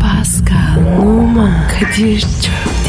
Pascal, Oman, Kadir çok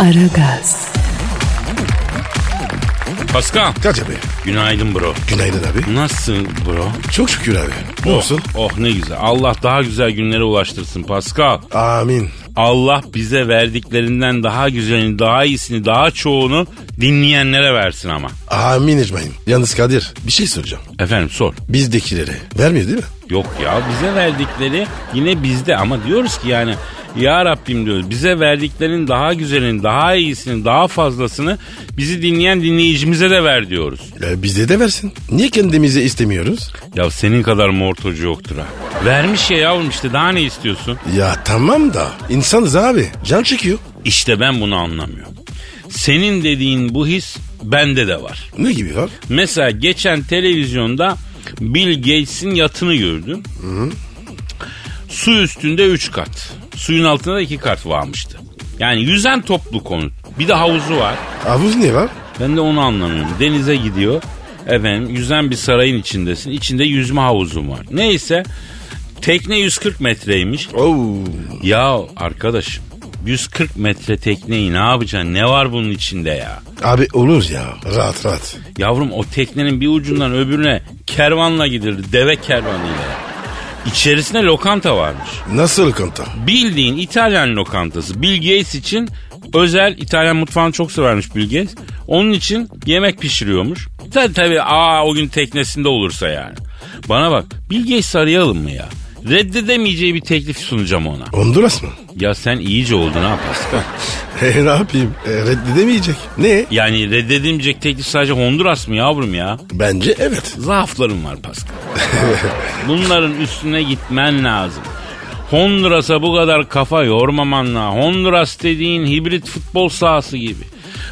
Aragaz, Pascal. Kaç abi? Günaydın bro. Günaydın abi. Nasılsın bro? Çok şükür abi. Olsun. Oh, oh ne güzel. Allah daha güzel günlere ulaştırsın Pascal. Amin. Allah bize verdiklerinden daha güzelini, daha iyisini, daha çoğunu dinleyenlere versin ama. Amin ecmain. Yalnız Kadir bir şey soracağım. Efendim sor. Bizdekilere vermiyor değil mi? Yok ya bize verdikleri yine bizde ama diyoruz ki yani ya Rabbim diyoruz bize verdiklerinin daha güzelini, daha iyisini, daha fazlasını bizi dinleyen dinleyicimize de ver diyoruz. E, bizde de versin. Niye kendimize istemiyoruz? Ya senin kadar mortocu yoktur ha. Vermiş ya yavrum işte daha ne istiyorsun? Ya tamam da insanız abi. Can çekiyor. İşte ben bunu anlamıyorum. Senin dediğin bu his bende de var. Ne gibi var? Mesela geçen televizyonda Bill Gates'in yatını gördüm. Su üstünde 3 kat. Suyun altında da 2 kat varmıştı. Yani yüzen toplu konut. Bir de havuzu var. Havuz ne var? Ben de onu anlamıyorum. Denize gidiyor. Efendim yüzen bir sarayın içindesin. İçinde yüzme havuzu var. Neyse tekne 140 metreymiş. Oo. Ya arkadaşım 140 metre tekneyi ne yapacaksın? Ne var bunun içinde ya? Abi olur ya. Rahat rahat. Yavrum o teknenin bir ucundan öbürüne kervanla gidildi. Deve kervanıyla. İçerisinde lokanta varmış. Nasıl konta? Bildiğin İtalyan lokantası. Bill Gates için özel İtalyan mutfağını çok severmiş Bill Gates. Onun için yemek pişiriyormuş. Tabii tabii aa o gün teknesinde olursa yani. Bana bak Bill Gates'i arayalım mı ya? Reddedemeyeceği bir teklif sunacağım ona. Honduras mı? Ya sen iyice oldun ha Pascal. E, ne yapayım? E, reddedemeyecek. Ne? Yani reddedilecek teklif sadece Honduras mı yavrum ya? Bence evet. Zaaflarım var Pascal. Bunların üstüne gitmen lazım. Honduras'a bu kadar kafa yormaman lazım. Honduras dediğin hibrit futbol sahası gibi.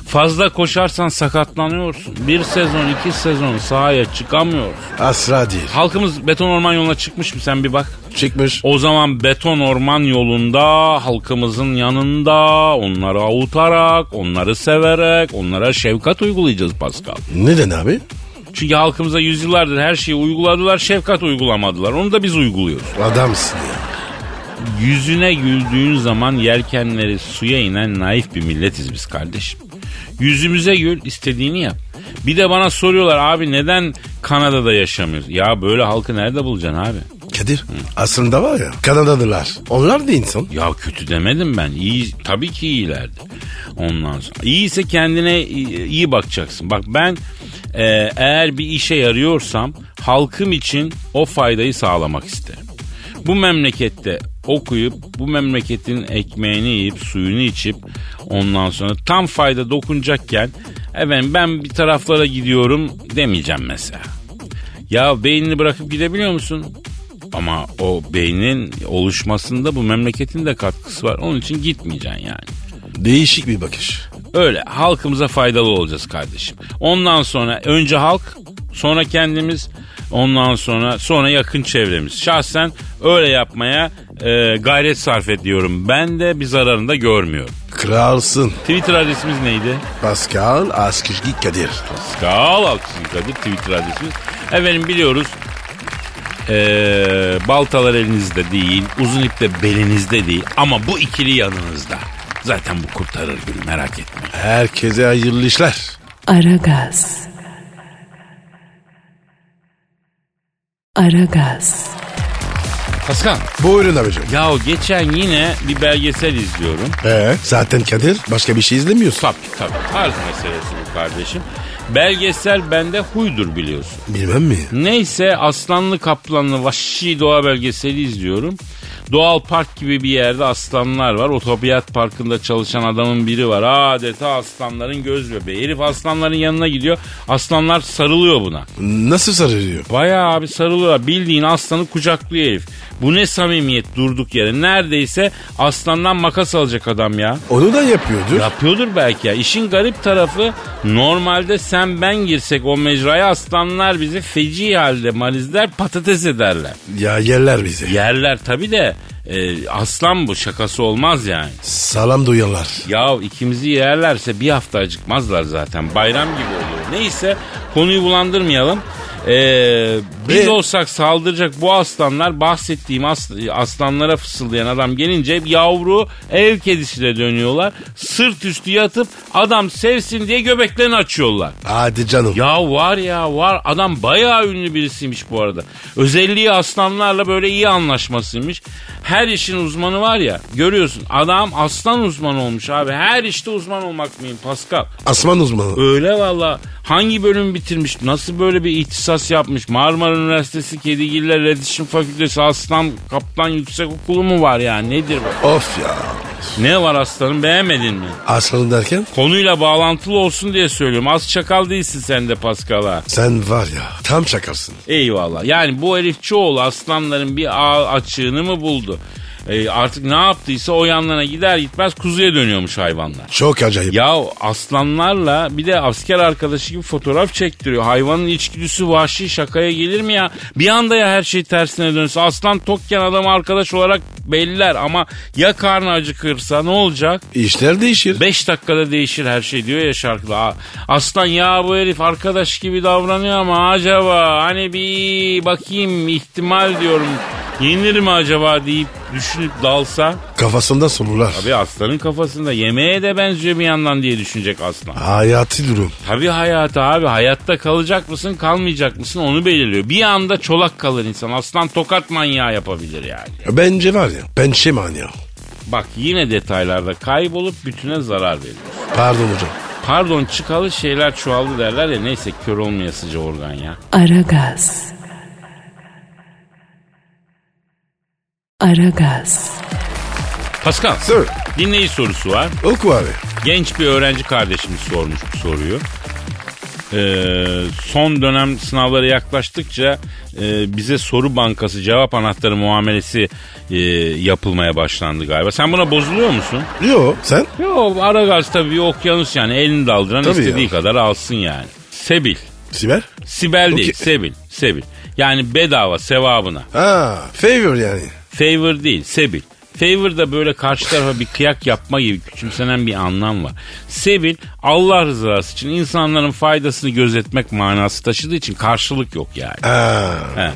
Fazla koşarsan sakatlanıyorsun. Bir sezon, iki sezon sahaya çıkamıyorsun. Asla değil. Halkımız beton orman yoluna çıkmış mı sen bir bak. Çıkmış. O zaman beton orman yolunda halkımızın yanında onları avutarak, onları severek, onlara şefkat uygulayacağız Pascal. Neden abi? Çünkü halkımıza yüzyıllardır her şeyi uyguladılar, şefkat uygulamadılar. Onu da biz uyguluyoruz. Adamsın ya. Yüzüne güldüğün zaman yelkenleri suya inen naif bir milletiz biz kardeşim. Yüzümüze gül, istediğini yap. Bir de bana soruyorlar abi neden Kanada'da yaşamıyoruz? Ya böyle halkı nerede bulacaksın abi? Kadir aslında var ya Kanadadılar. Onlar da insan. Ya kötü demedim ben. İyi, tabii ki iyilerdi. Ondan sonra. İyiyse kendine iyi, iyi bakacaksın. Bak ben e, eğer bir işe yarıyorsam halkım için o faydayı sağlamak isterim. Bu memlekette okuyup bu memleketin ekmeğini yiyip suyunu içip ondan sonra tam fayda dokunacakken efendim ben bir taraflara gidiyorum demeyeceğim mesela. Ya beynini bırakıp gidebiliyor musun? Ama o beynin oluşmasında bu memleketin de katkısı var. Onun için gitmeyeceksin yani. Değişik bir bakış. Öyle halkımıza faydalı olacağız kardeşim. Ondan sonra önce halk, sonra kendimiz, ondan sonra sonra yakın çevremiz. Şahsen öyle yapmaya e, gayret sarf ediyorum. Ben de bir zararını da görmüyorum. Kralsın. Twitter adresimiz neydi? Pascal Askışki Kadir. Pascal Askizgi Kadir Twitter adresimiz. Efendim biliyoruz ee, baltalar elinizde değil, uzun ip de belinizde değil ama bu ikili yanınızda. Zaten bu kurtarır günü merak etme. Herkese hayırlı işler. Aragaz. Aragaz, Pascal. Buyurun abicim. Ya geçen yine bir belgesel izliyorum. Ee, zaten Kadir başka bir şey izlemiyorsun. Tabii tabii tarz meselesi bu kardeşim. Belgesel bende huydur biliyorsun. Bilmem mi? Neyse aslanlı kaplanlı vahşi doğa belgeseli izliyorum. Doğal park gibi bir yerde aslanlar var. O tabiat parkında çalışan adamın biri var. Adeta aslanların göz bebeği. Herif aslanların yanına gidiyor. Aslanlar sarılıyor buna. Nasıl sarılıyor? Bayağı abi sarılıyorlar. Bildiğin aslanı kucaklıyor herif. Bu ne samimiyet durduk yere. Neredeyse aslandan makas alacak adam ya. Onu da yapıyordur. Yapıyordur belki ya. İşin garip tarafı normalde sen ben girsek o mecraya aslanlar bizi feci halde marizler patates ederler. Ya yerler bizi. Yerler tabi de e, aslan bu şakası olmaz yani. Salam duyarlar. Ya ikimizi yerlerse bir hafta acıkmazlar zaten bayram gibi oluyor. Neyse konuyu bulandırmayalım. E, biz E? olsak saldıracak bu aslanlar bahsettiğim as- aslanlara fısıldayan adam gelince yavru ev kedisine dönüyorlar. Sırt üstü yatıp adam sevsin diye göbeklerini açıyorlar. Hadi canım. Ya var ya var adam bayağı ünlü birisiymiş bu arada. Özelliği aslanlarla böyle iyi anlaşmasıymış. Her işin uzmanı var ya görüyorsun adam aslan uzmanı olmuş abi. Her işte uzman olmak mıyım Pascal? Asman uzmanı. Öyle valla. Hangi bölüm bitirmiş? Nasıl böyle bir ihtisas yapmış? Marmara Üniversitesi Kedigiller İletişim Fakültesi Aslan Kaplan Yüksek Okulu mu var ya? Nedir bu? Of ya. Ne var aslanım beğenmedin mi? Aslan derken Konuyla bağlantılı olsun diye söylüyorum. Az çakal değilsin sen de Pascal ha. sen var ya tam şakarsın. Eyvallah. Yani bu herif çoğul aslanların bir ağ açığını mı buldu? E, artık ne yaptıysa o yanlarına gider gitmez kuzuya dönüyormuş hayvanlar. Çok acayip. Ya aslanlarla bir de asker arkadaşı gibi fotoğraf çektiriyor. Hayvanın içgüdüsü vahşi şakaya gelir mi ya? Bir anda ya her şey tersine dönse. Aslan tokken adamı arkadaş olarak beller ama ya karnı acıkırsa ne olacak? İşler değişir. 5 dakikada değişir her şey diyor ya şarkıda. A- Aslan ya bu herif arkadaş gibi davranıyor ama acaba hani bir bakayım ihtimal diyorum. Yenir mi acaba deyip düşünüp dalsa. Kafasında sorular. Tabii aslanın kafasında yemeğe de benziyor bir yandan diye düşünecek aslan. Hayati durum. Tabii hayatı abi hayatta kalacak mısın kalmayacak mısın onu belirliyor. Bir anda çolak kalır insan aslan tokat manyağı yapabilir yani. Bence var ya şey pençe manya. Bak yine detaylarda kaybolup bütüne zarar veriyor. Pardon hocam. Pardon çıkalı şeyler çoğaldı derler ya neyse kör olmayasıca organ ya. Aragaz. Aragaz. Pascal Sir. dinleyici sorusu var. Oku abi. Genç bir öğrenci kardeşimiz sormuş bu soruyu. Ee, son dönem sınavlara yaklaştıkça e, bize soru bankası cevap anahtarı muamelesi e, yapılmaya başlandı galiba. Sen buna bozuluyor musun? Yo sen? Yok Aragaz tabii bir okyanus yani elini daldıran Tabii istediği ya. kadar alsın yani. Sebil. Sibel? Sibel değil Okey. Sebil. Sebil. Yani bedava sevabına. Ha favor yani. Favor değil, sebil. Favor da böyle karşı tarafa bir kıyak yapma gibi küçümsenen bir anlam var. Sebil Allah rızası için insanların faydasını gözetmek manası taşıdığı için karşılık yok yani. Ha. He.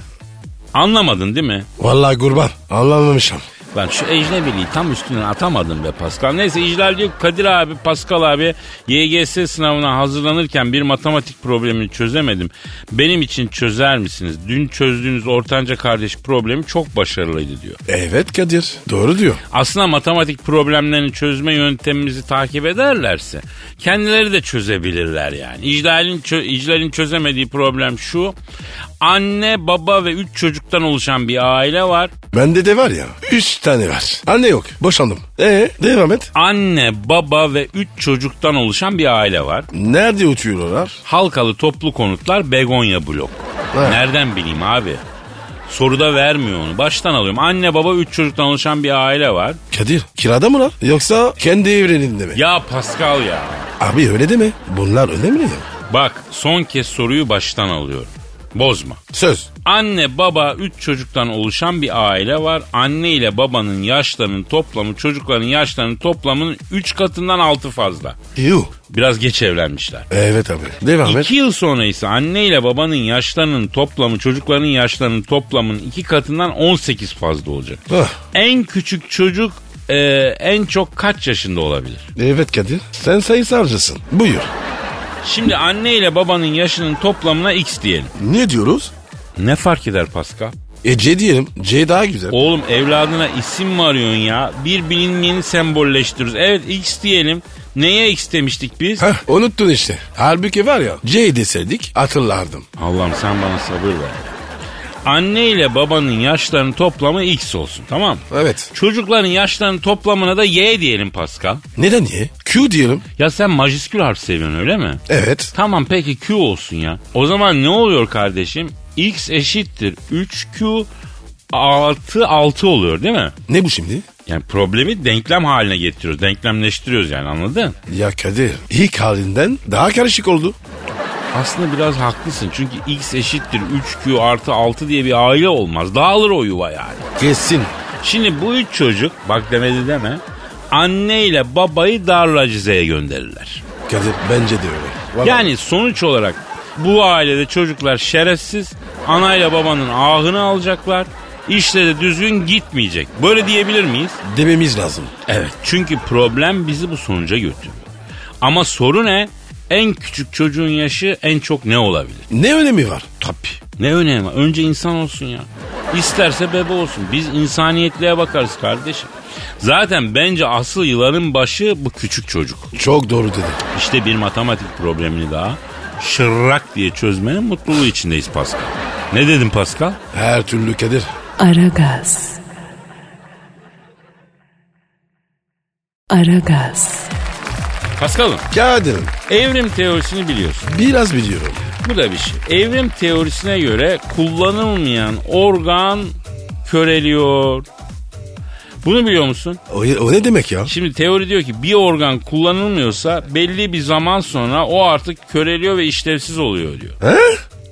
Anlamadın değil mi? Vallahi kurban. Anlamamışım. Ben şu ecnebiliği tam üstüne atamadım be Pascal. Neyse İclal diyor ki, Kadir abi, Pascal abi YGS sınavına hazırlanırken bir matematik problemini çözemedim. Benim için çözer misiniz? Dün çözdüğünüz ortanca kardeş problemi çok başarılıydı diyor. Evet Kadir. Doğru diyor. Aslında matematik problemlerini çözme yöntemimizi takip ederlerse kendileri de çözebilirler yani. İclal'in, çö- İclal'in çözemediği problem şu. Anne, baba ve üç çocuktan oluşan bir aile var. Bende de var ya. Üç tane var. Anne yok. Boşandım. Ee devam et. Anne, baba ve üç çocuktan oluşan bir aile var. Nerede oturuyorlar? Halkalı toplu konutlar Begonya blok. Evet. Nereden bileyim abi? Soruda vermiyor onu. Baştan alıyorum. Anne baba üç çocuktan oluşan bir aile var. Kadir kirada mı lan? Yoksa kendi evreninde mi? Ya Pascal ya. Abi öyle deme. Bunlar önemli ya. Bak son kez soruyu baştan alıyorum. Bozma. Söz. Anne baba 3 çocuktan oluşan bir aile var. Anne ile babanın yaşlarının toplamı çocukların yaşlarının toplamının 3 katından 6 fazla. Yuh. Biraz geç evlenmişler. Evet abi. Devam et. 2 yıl sonra ise anne ile babanın yaşlarının toplamı çocukların yaşlarının toplamının 2 katından 18 fazla olacak. Ah, En küçük çocuk e, en çok kaç yaşında olabilir? evet Kadir. Sen sayısalcısın. Buyur. Şimdi anne ile babanın yaşının toplamına x diyelim. Ne diyoruz? Ne fark eder Pascal? E C diyelim. C daha güzel. Oğlum evladına isim mi arıyorsun ya? Bir bilinmeyeni sembolleştiriyoruz. Evet X diyelim. Neye X demiştik biz? Heh, unuttun işte. Halbuki var ya C deseydik hatırlardım. Allah'ım sen bana sabır ver. Anne ile babanın yaşlarının toplamı X olsun tamam mı? Evet. Çocukların yaşlarının toplamına da Y diyelim Pascal. Neden niye? Q diyelim. Ya sen majiskül harf seviyorsun öyle mi? Evet. Tamam peki Q olsun ya. O zaman ne oluyor kardeşim? X eşittir 3Q artı 6 oluyor değil mi? Ne bu şimdi? Yani problemi denklem haline getiriyoruz. Denklemleştiriyoruz yani anladın? Ya Kadir ilk halinden daha karışık oldu. Aslında biraz haklısın. Çünkü X eşittir 3Q artı 6 diye bir aile olmaz. Dağılır o yuva yani. Kesin. Şimdi bu üç çocuk bak demedi deme anne ile babayı darlacize'ye gönderirler. Kadir bence de öyle. Vallahi. Yani sonuç olarak bu ailede çocuklar şerefsiz anayla babanın ahını alacaklar. İşleri düzgün gitmeyecek. Böyle diyebilir miyiz? dememiz lazım. Evet. Çünkü problem bizi bu sonuca götürüyor. Ama soru ne? En küçük çocuğun yaşı en çok ne olabilir? Ne önemi var? Tabii. Ne önemi var? Önce insan olsun ya. İsterse bebe olsun. Biz insaniyetliğe bakarız kardeşim. Zaten bence asıl yılanın başı bu küçük çocuk. Çok doğru dedi. İşte bir matematik problemini daha şırrak diye çözmenin mutluluğu içindeyiz Pascal. Ne dedim Pascal? Her türlü Kadir. Aragaz. Aragaz. Pascal'ım Kadir'im evrim teorisini biliyorsun. biraz biliyorum. Bu da bir şey. Evrim teorisine göre kullanılmayan organ köreliyor. Bunu biliyor musun? O, o ne demek ya? Şimdi teori diyor ki bir organ kullanılmıyorsa belli bir zaman sonra o artık köreliyor ve işlevsiz oluyor diyor. He?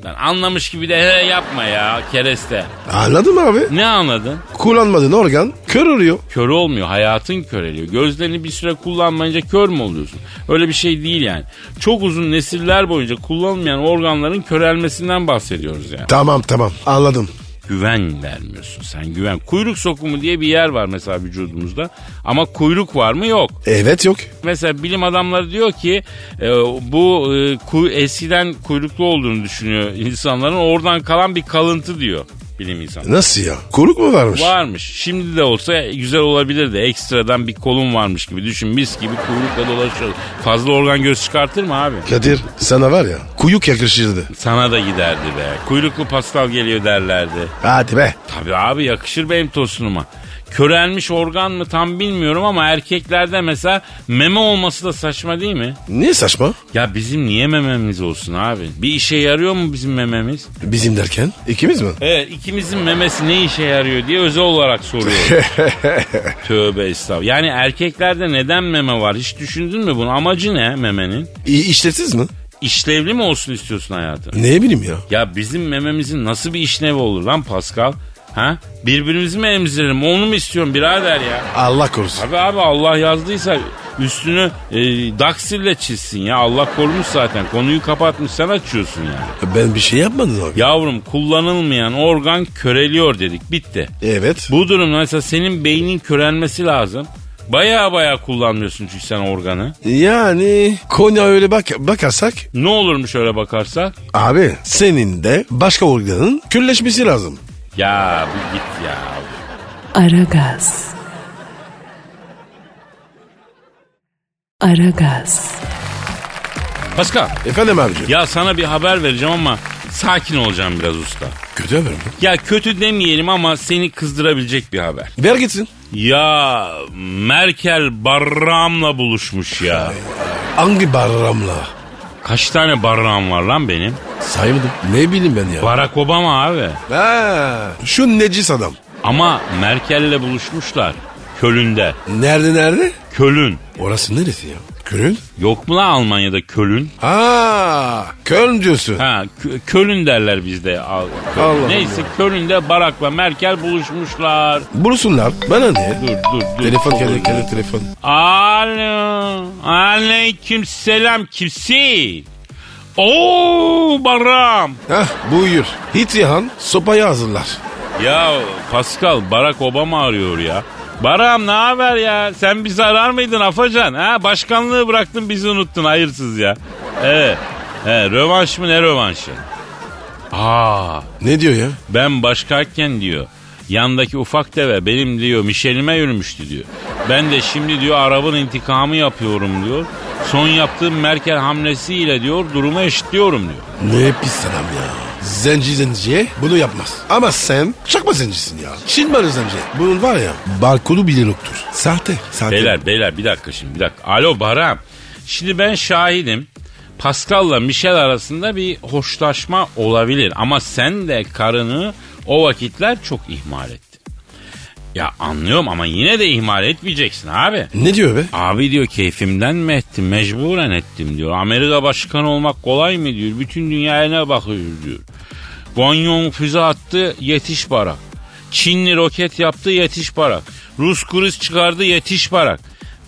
Lan anlamış gibi de he yapma ya kereste. Anladım abi. Ne anladın? Kullanmadığın organ kör oluyor. Kör olmuyor hayatın köreliyor. Gözlerini bir süre kullanmayınca kör mü oluyorsun? Öyle bir şey değil yani. Çok uzun nesiller boyunca kullanılmayan organların körelmesinden bahsediyoruz yani. Tamam tamam anladım. güven vermiyorsun sen güven. Kuyruk sokumu diye bir yer var mesela vücudumuzda ama kuyruk var mı yok. Evet yok. Mesela bilim adamları diyor ki e, bu e, kuy- eskiden kuyruklu olduğunu düşünüyor insanların oradan kalan bir kalıntı diyor bilim insanları. Nasıl ya? Koruk mu varmış? Varmış. Şimdi de olsa güzel olabilirdi. Ekstradan bir kolun varmış gibi düşün. Mis gibi kuyrukla dolaşıyor. Fazla organ göz çıkartır mı abi? Kadir sana var ya kuyuk yakışırdı. Sana da giderdi be. Kuyruklu pastal geliyor derlerdi. Hadi be. Tabii abi yakışır benim tosunuma. Körelmiş organ mı tam bilmiyorum ama erkeklerde mesela meme olması da saçma değil mi? Niye saçma? Ya bizim niye mememiz olsun abi? Bir işe yarıyor mu bizim mememiz? Bizim derken ikimiz mi? Evet ikimizin memesi ne işe yarıyor diye özel olarak soruyorum. Tövbe estağfurullah. Yani erkeklerde neden meme var? Hiç düşündün mü bunu? Amacı ne memenin? İ- işlevsiz mi? İşlevli mi olsun istiyorsun hayatın? Ne bileyim ya. Ya bizim mememizin nasıl bir işlevi olur lan Pascal? Ha? Birbirimizi mi emzirelim? Onu mu istiyorsun birader ya? Allah korusun. Abi abi Allah yazdıysa üstünü e, daksille çizsin ya. Allah korumuş zaten. Konuyu kapatmış sen açıyorsun yani. Ben bir şey yapmadım abi. Yavrum kullanılmayan organ köreliyor dedik. Bitti. Evet. Bu durumda mesela senin beynin körelmesi lazım. Baya baya kullanmıyorsun çünkü sen organı. Yani Konya öyle bak bakarsak Ne olurmuş öyle bakarsak? abi senin de başka organın külleşmesi lazım. Ya bir git ya. Aragaz. Aragaz. Pascal Efendim abicim. ya sana bir haber vereceğim ama sakin olacağım biraz usta. Kötü haber mi? Ya kötü demeyelim ama seni kızdırabilecek bir haber. Ver gitsin. Ya Merkel Barram'la buluşmuş ya. Hangi barramla? Kaç tane Barram var lan benim? Saymadım. Ne bileyim ben ya. Barack Obama abi. Ha, şu necis adam. Ama Merkel'le buluşmuşlar. Kölün'de. Nerede nerede? Kölün. Orası neresi ya? Köln? Yok mu lan Almanya'da Kölün? Ha, Köln diyorsun. Ha, Kö- Kölün derler bizde. Al- Köln. Allah Neyse Kölün'de Barack'la Merkel buluşmuşlar. Bulursunlar. Bana ne? Dur dur dur. Telefon geldi, geldi telefon. Alo. Aleyküm selam kimsin? Oo Barram. Hah, Ah, buyur. Hitrihan sopayı hazırlar. Ya Pascal Barack Obama arıyor ya. Baram ne haber ya? Sen bizi arar mıydın Afacan? Ha başkanlığı bıraktın bizi unuttun hayırsız ya. Evet. He, rövanş mı ne rövanşı? Aa Ne diyor ya? ben başkayken diyor. Yandaki ufak deve benim diyor Michel'ime yürümüştü diyor. Ben de şimdi diyor Arap'ın intikamı yapıyorum diyor. Son yaptığım Merkel hamlesiyle diyor durumu eşitliyorum diyor. Ne pis adam ya. Zenci zenciye bunu yapmaz. Ama sen çakma zencisin ya. Çinmalı zenci. Bunun var ya balkonu bile yoktur. Sahte. Sahte. Beyler beyler bir dakika şimdi bir dakika. Alo Baram. Şimdi ben şahidim. Pascal'la Michel arasında bir hoşlaşma olabilir ama sen de karını o vakitler çok ihmal ettin. Ya anlıyorum ama yine de ihmal etmeyeceksin abi. Ne diyor be? Abi diyor keyfimden mi ettim mecburen ettim diyor. Amerika başkanı olmak kolay mı diyor. Bütün dünya eline bakıyor diyor. Guanyon füze attı yetiş barak. Çinli roket yaptı yetiş barak. Rus kriz çıkardı yetiş barak.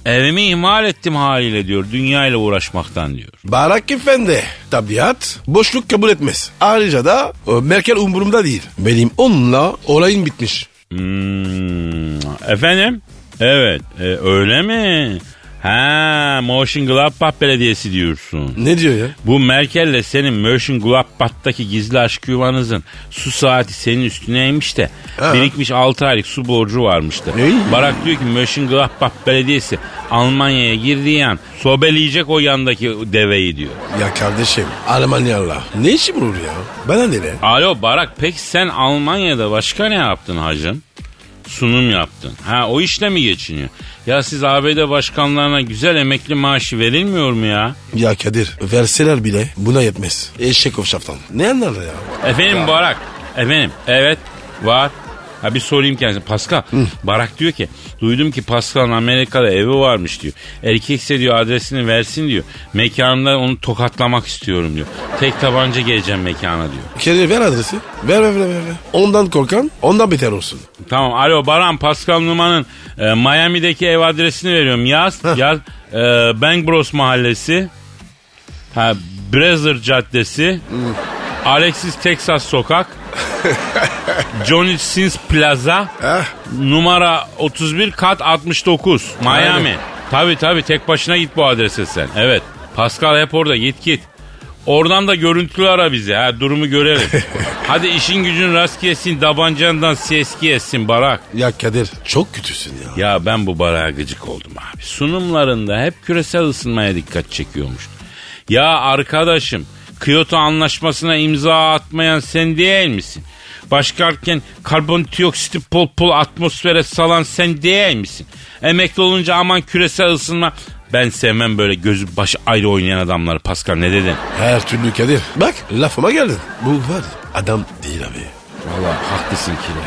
Evimi ihmal ettim haliyle diyor. Dünya ile uğraşmaktan diyor. Barak efendi. Tabiat boşluk kabul etmez. Ayrıca da e, Merkel umurumda değil. Benim onunla olayın bitmiş. Hmm, efendim? Evet e, öyle mi? Ha Mönchengladbach Belediyesi diyorsun. Ne diyor ya? Bu Merkel'le senin Mönchengladbach'taki gizli aşk yuvanızın su saati senin üstüneymiş de Ha. birikmiş 6 aylık su borcu varmış da. Ne? Barak diyor ki Mönchengladbach Belediyesi Almanya'ya girdiği an sobeleyecek o yandaki deveyi diyor. Ya kardeşim Almanyalar ne işi bulur ya? Bana ne lan? Alo Barak peki sen Almanya'da başka ne yaptın hacım? Sunum yaptın. Ha o işle mi geçiniyor? Ya siz ABD başkanlarına güzel emekli maaşı verilmiyor mu ya? Ya Kadir verseler bile buna yetmez. Eşek of şaftan. Ne anlarlar ya? Efendim Barak. Efendim evet var. Ha bir sorayım kendisine. Pascal. Barak diyor ki duydum ki Pascal'ın Amerika'da evi varmış diyor. Erkekse diyor adresini versin diyor. Mekanımda onu tokatlamak istiyorum diyor. Tek tabanca geleceğim mekana diyor. Kadir ver adresi. Ver ver ver ver. ver. Ondan korkan ondan beter olsun. Tamam alo Baran Pascal Numan'ın e, Miami'deki ev adresini veriyorum. Yaz yaz e, Bank Bros mahallesi. Ha Brazzer Caddesi. Alexis Texas Sokak. Johnny Sins Plaza. Numara 31 kat 69 Miami. Aynen. Tabi tabi tek başına git bu adrese sen. Evet. Pascal hep orada git git. Oradan da görüntülü ara bizi. Ha, durumu görelim. Hadi işin gücün rast gelsin. Dabancandan ses gelsin Barak. Ya Kadir çok kötüsün ya. Ya ben bu Barak'a gıcık oldum abi. Sunumlarında hep küresel ısınmaya dikkat çekiyormuş. Ya arkadaşım Kyoto anlaşmasına imza atmayan sen değil misin? Başkarken karbondioksiti pol pol atmosfere salan sen değil misin? Emekli olunca aman küresel ısınma. Ben sevmem böyle gözü başı ayrı oynayan adamları Pascal ne dedin? Her türlü Kadir. Bak lafıma geldin. Bu var ya, adam değil abi. Vallahi haklısın Kire.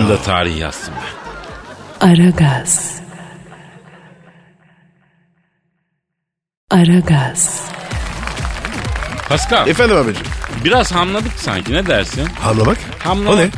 Bunu da tarih yazsın be. Aragaz. Aragaz. Pascal Efendim abicim. biraz hamladık sanki ne dersin? Hamlamak. Hamla. O ne?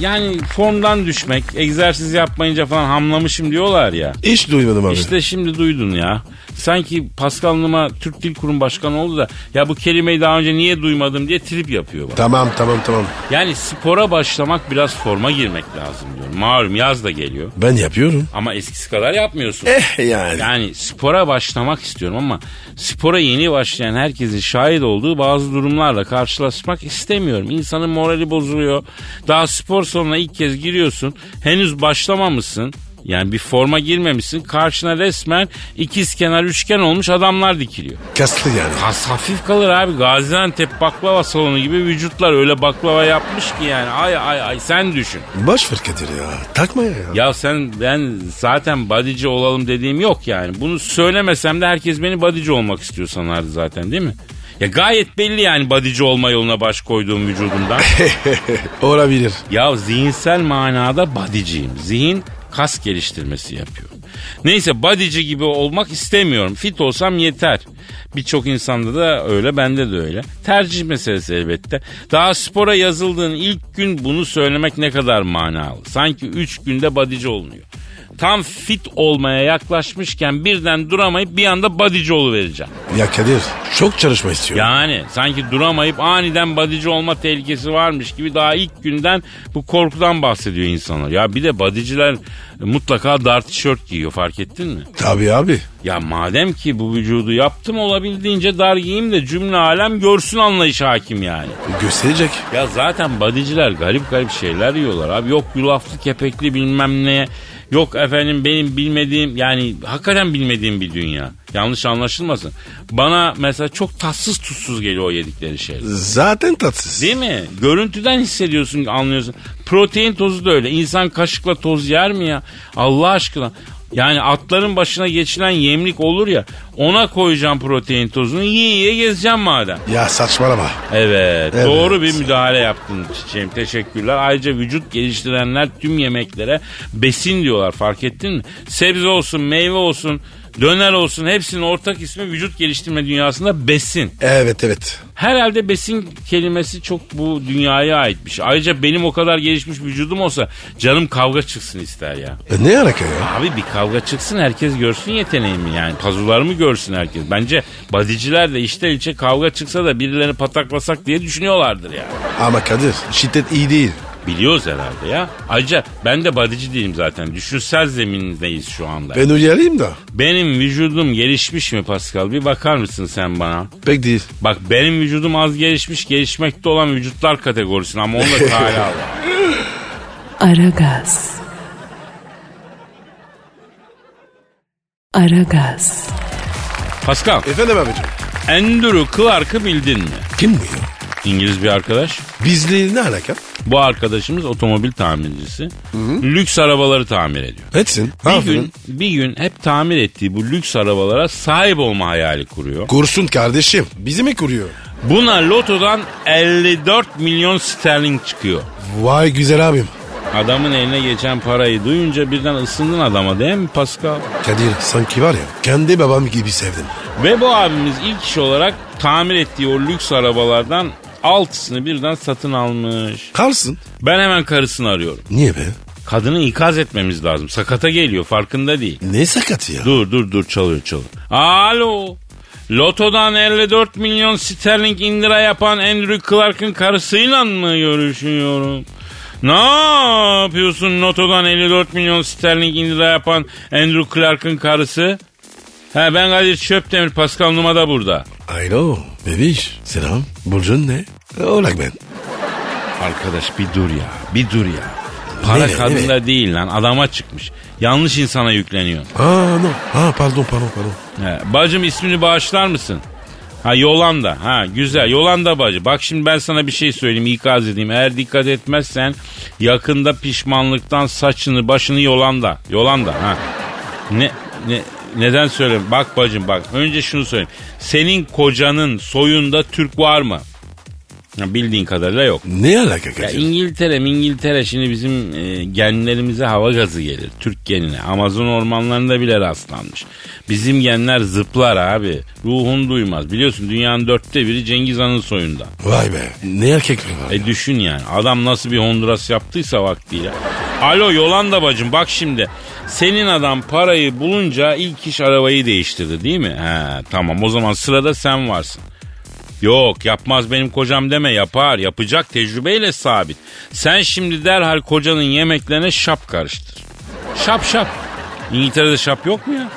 Yani formdan düşmek, egzersiz yapmayınca falan hamlamışım diyorlar ya. Hiç duymadım abi. İşte şimdi duydun ya. Sanki Pascal Numa Türk Dil Kurum Başkanı oldu da ya bu kelimeyi daha önce niye duymadım diye trip yapıyor bana. Tamam tamam tamam. Yani spora başlamak biraz forma girmek lazım diyorum. Malum yaz da geliyor Ben yapıyorum. ama eskisi kadar yapmıyorsun. Eh yani. Yani spora başlamak istiyorum ama spora yeni başlayan herkesin şahit olduğu bazı durumlarla karşılaşmak istemiyorum. İnsanın morali bozuluyor. Daha spor salonuna ilk kez giriyorsun. Henüz başlamamışsın. Yani bir forma girmemişsin. Karşına resmen ikiz kenar üçgen olmuş adamlar dikiliyor. Kaslı yani. Kas hafif kalır abi. Gaziantep baklava salonu gibi vücutlar öyle baklava yapmış ki yani. Ay ay ay sen düşün. Boş ver Kadir ya. Takma ya. Ya sen ben zaten bodyci olalım dediğim yok yani. Bunu söylemesem de herkes beni bodyci olmak istiyor sanardı zaten değil mi? Ya gayet belli yani bodyci olma yoluna baş koyduğum vücudumdan. Olabilir. ya zihinsel manada bodyciyim. Zihin kas geliştirmesi yapıyor. Neyse bodyci gibi olmak istemiyorum. Fit olsam yeter. Birçok insanda da öyle bende de öyle. Tercih meselesi elbette. Daha spora yazıldığın ilk gün bunu söylemek ne kadar manalı. Sanki 3 günde bodyci olunuyor. Tam fit olmaya yaklaşmışken birden duramayıp bir anda badici vereceğim. Ya Kadir çok çalışma istiyor. Yani sanki duramayıp aniden badici olma tehlikesi varmış gibi daha ilk günden bu korkudan bahsediyor insanlar. Ya bir de badiciler mutlaka dar tişört giyiyor fark ettin mi? Tabii abi. Ya madem ki bu vücudu yaptım olabildiğince dar giyeyim de cümle alem görsün anlayış hakim yani. Gösterecek. Ya zaten badiciler garip garip şeyler yiyorlar abi. Yok yulaflı kepekli bilmem ne. Yok efendim benim bilmediğim yani hakikaten bilmediğim bir dünya. Yanlış anlaşılmasın. Bana mesela çok tatsız tutsuz geliyor o yedikleri şeyler. Zaten tatsız. Değil mi? Görüntüden hissediyorsun anlıyorsun. Protein tozu da öyle. İnsan kaşıkla toz yer mi ya? Allah aşkına. Yani atların başına geçilen yemlik olur ya ona koyacağım protein tozunu yiye yiye gezeceğim madem. Ya saçmalama. Evet, Evet. doğru bir müdahale yaptın çiçeğim. Teşekkürler. Ayrıca vücut geliştirenler tüm yemeklere besin diyorlar fark ettin mi? Sebze olsun, meyve olsun, döner olsun hepsinin ortak ismi vücut geliştirme dünyasında besin. Evet evet. Herhalde besin kelimesi çok bu dünyaya aitmiş. Ayrıca benim o kadar gelişmiş vücudum olsa canım kavga çıksın ister ya. E, ne alaka ya? Abi bir kavga çıksın herkes görsün yeteneğimi yani. Pazularımı görsün herkes. Bence badiciler de işten içe kavga çıksa da birilerini pataklasak diye düşünüyorlardır yani. Ama Kadir şiddet iyi değil. Biliyoruz herhalde ya. Ayrıca ben de badici değilim zaten. Düşünsel zemindeyiz şu anda. Ben uyarayım da. Benim vücudum gelişmiş mi Pascal? Bir bakar mısın sen bana? Pek değil. Bak benim vücudum az gelişmiş, gelişmekte olan vücutlar kategorisine ama onu da kale al. Aragaz. Aragaz. Pascal, Efendim abicim. Andrew Clark'ı bildin mi? Kim bu ya? İngiliz bir arkadaş. Bizle ne alaka? Bu arkadaşımız otomobil tamircisi. Lüks arabaları tamir ediyor. Etsin. Bir Aferin. gün, bir gün hep tamir ettiği bu lüks arabalara sahip olma hayali kuruyor. Kursun kardeşim. Bizi mi kuruyor? Buna lotodan 54 milyon sterlin çıkıyor. Vay güzel abim. Adamın eline geçen parayı duyunca birden ısındın adama değil mi Pascal? Kadir sanki var ya kendi babam gibi sevdim. Ve bu abimiz ilk iş olarak tamir ettiği o lüks arabalardan altısını birden satın almış. Kalsın. Ben hemen karısını arıyorum. Niye be? Kadını ikaz etmemiz lazım. Sakata geliyor farkında değil. Ne sakatı ya? Dur dur dur çalıyor çalıyor. Alo. Lotodan 54 milyon sterling indira yapan Andrew Clark'ın karısıyla mı görüşüyorum? Ne yapıyorsun Lotodan 54 milyon sterling indira yapan Andrew Clark'ın karısı? He ben Kadir Çöptemir Pascal Numa da burada. Alo bebiş selam. Burcun ne? Oğlak ben. Arkadaş bir dur ya bir dur ya. Para Ne, ne, kadında değil lan adama çıkmış. Yanlış insana yükleniyor. Aa no. Ha Ah, pardon pardon pardon. He, bacım ismini bağışlar mısın? Ha Yolanda. Ha güzel. Yolanda bacı. Bak şimdi ben sana bir şey söyleyeyim. ikaz edeyim. Eğer dikkat etmezsen yakında pişmanlıktan saçını başını Yolanda. Yolanda. Ha. Ne, ne neden söyleyeyim? Bak bacım bak. Önce şunu söyleyeyim. Senin kocanın soyunda Türk var mı? Ya bildiğin kadarıyla yok. Ne alaka Ya Kadir? İngiltere, İngiltere şimdi bizim e, genlerimize hava gazı gelir. Türk genine. Amazon ormanlarında bile rastlanmış. Bizim genler zıplar abi. Ruhun duymaz. Biliyorsun dünyanın dörtte biri Cengiz Han'ın soyunda. Vay be ne erkek mi var? E düşün yani. Adam nasıl bir Honduras yaptıysa vaktiyle. Alo Yolanda bacım bak şimdi. Senin adam parayı bulunca ilk iş arabayı değiştirdi değil mi? He tamam o zaman sırada sen varsın. Yok yapmaz benim kocam deme yapar yapacak tecrübeyle sabit. Sen şimdi derhal kocanın yemeklerine şap karıştır. Şap şap. İngiltere'de şap yok mu ya?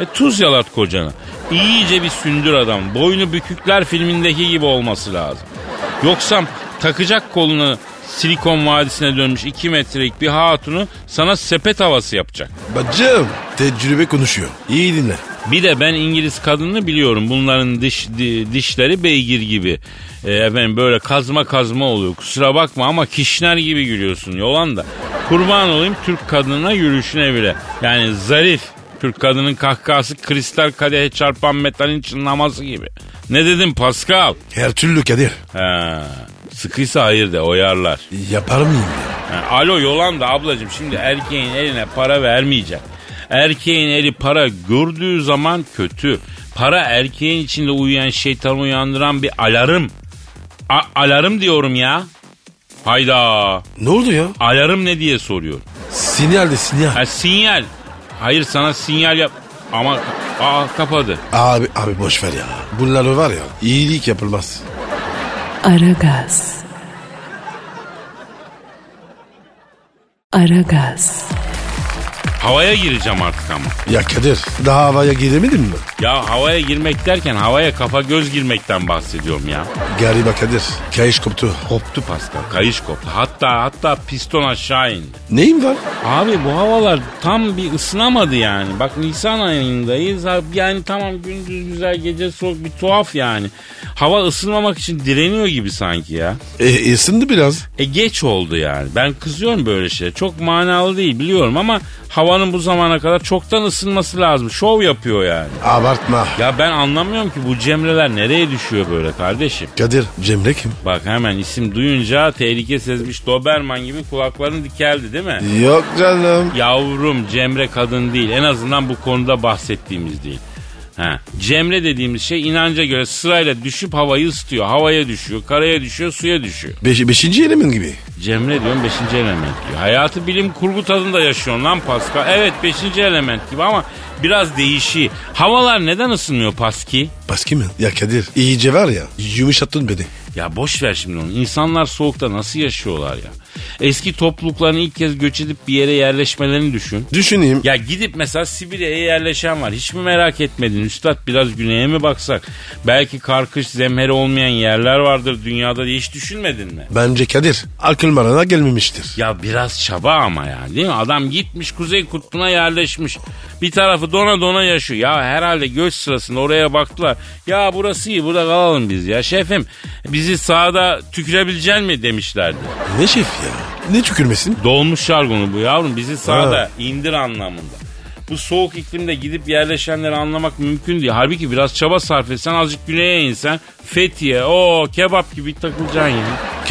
E tuz yalat kocana. İyice bir sündür adam. Boynu bükükler filmindeki gibi olması lazım. Yoksa takacak kolunu silikon vadisine dönmüş 2 metrelik bir hatunu sana sepet havası yapacak. Bacım tecrübe konuşuyor. İyi dinle. Bir de ben İngiliz kadını biliyorum. Bunların diş di- dişleri beygir gibi. E, efendim böyle kazma kazma oluyor. Kusura bakma ama kişner gibi gülüyorsun Yolanda. Kurban olayım Türk kadınına yürüyüşüne bile. Yani zarif Türk kadının kahkahası kristal kadehe çarpan metalin çınlaması gibi. Ne dedim Pascal? Her türlü Kadir. Ha, sıkıysa hayır de oyarlar. Yapar mıyım ya? Ha, alo Yolanda ablacığım şimdi erkeğin eline para vermeyecek. Erkeğin eli para gördüğü zaman kötü. Para erkeğin içinde uyuyan şeytanı uyandıran bir alarm. A- alarm diyorum ya. Hayda. Ne oldu ya? Alarm ne diye soruyor. Sinyal de sinyal. Ha sinyal. Hayır sana sinyal yap. Ama aa kapadı. Abi abi boş ver ya. Bunlar var ya iyilik yapılmaz. Aragaz. Aragaz. Havaya gireceğim artık ama. Ya Kadir daha havaya giremedin mi? Ya havaya girmek derken havaya kafa göz girmekten bahsediyorum ya. Gariba Kadir. Kayış koptu. Koptu Pascal. Kayış koptu. Hatta hatta piston aşağı indi. Neyim var? Abi bu havalar tam bir ısınamadı yani. Bak Nisan ayındayız. Ha- Yani tamam gündüz güzel gece soğuk bir tuhaf yani. Hava ısınmamak için direniyor gibi sanki ya. E, ısındı biraz. E geç oldu yani. Ben kızıyorum böyle şeye. Çok manalı değil biliyorum ama havanın bu zamana kadar çoktan ısınması lazım. Şov yapıyor yani. Abartma. Ya ben anlamıyorum ki bu Cemre'ler nereye düşüyor böyle kardeşim? Kadir Cemre kim? Bak hemen isim duyunca tehlike sezmiş Doberman gibi kulakların dikeldi değil mi? Yok canım. Yavrum Cemre kadın değil. En azından bu konuda bahsettiğimiz değil. Ha. Cemre dediğimiz şey inanca göre sırayla düşüp havayı ısıtıyor. Havaya düşüyor, karaya düşüyor, suya düşüyor. Beş, beşinci eleman gibi. Cemre diyorum 5. element diyor. Hayatı bilim kurgu tadında yaşıyorsun lan Paska. Evet 5. element gibi ama biraz değişi. Havalar neden ısınmıyor Paski? Baski mi? Ya Kadir iyice var ya yumuşattın beni. Ya boş ver şimdi onu. İnsanlar soğukta nasıl yaşıyorlar ya? Eski toplulukların ilk kez göç edip bir yere yerleşmelerini düşün. Düşüneyim. Ya gidip mesela Sibirya'ya yerleşen var. Hiç mi merak etmedin üstad biraz güneye mi baksak? Belki karkış zemheri olmayan yerler vardır dünyada diye hiç düşünmedin mi? Bence Kadir akıl marana gelmemiştir. Ya biraz çaba ama ya değil mi? Adam gitmiş Kuzey Kutbu'na yerleşmiş. Bir tarafı dona dona yaşıyor. Ya herhalde göç sırasında oraya baktılar. Ya burası iyi burada kalalım biz ya. Şefim bizi sağda tükürebilecek mi demişlerdi. Ne şef ya? Ne tükürmesin? Dolmuş jargonu bu yavrum bizi sağda Ha. indir anlamında. Bu soğuk iklimde gidip yerleşenleri anlamak mümkün değil. Halbuki biraz çaba sarf etsen azıcık güneye insen Fethiye o kebap gibi takılacaksın ya.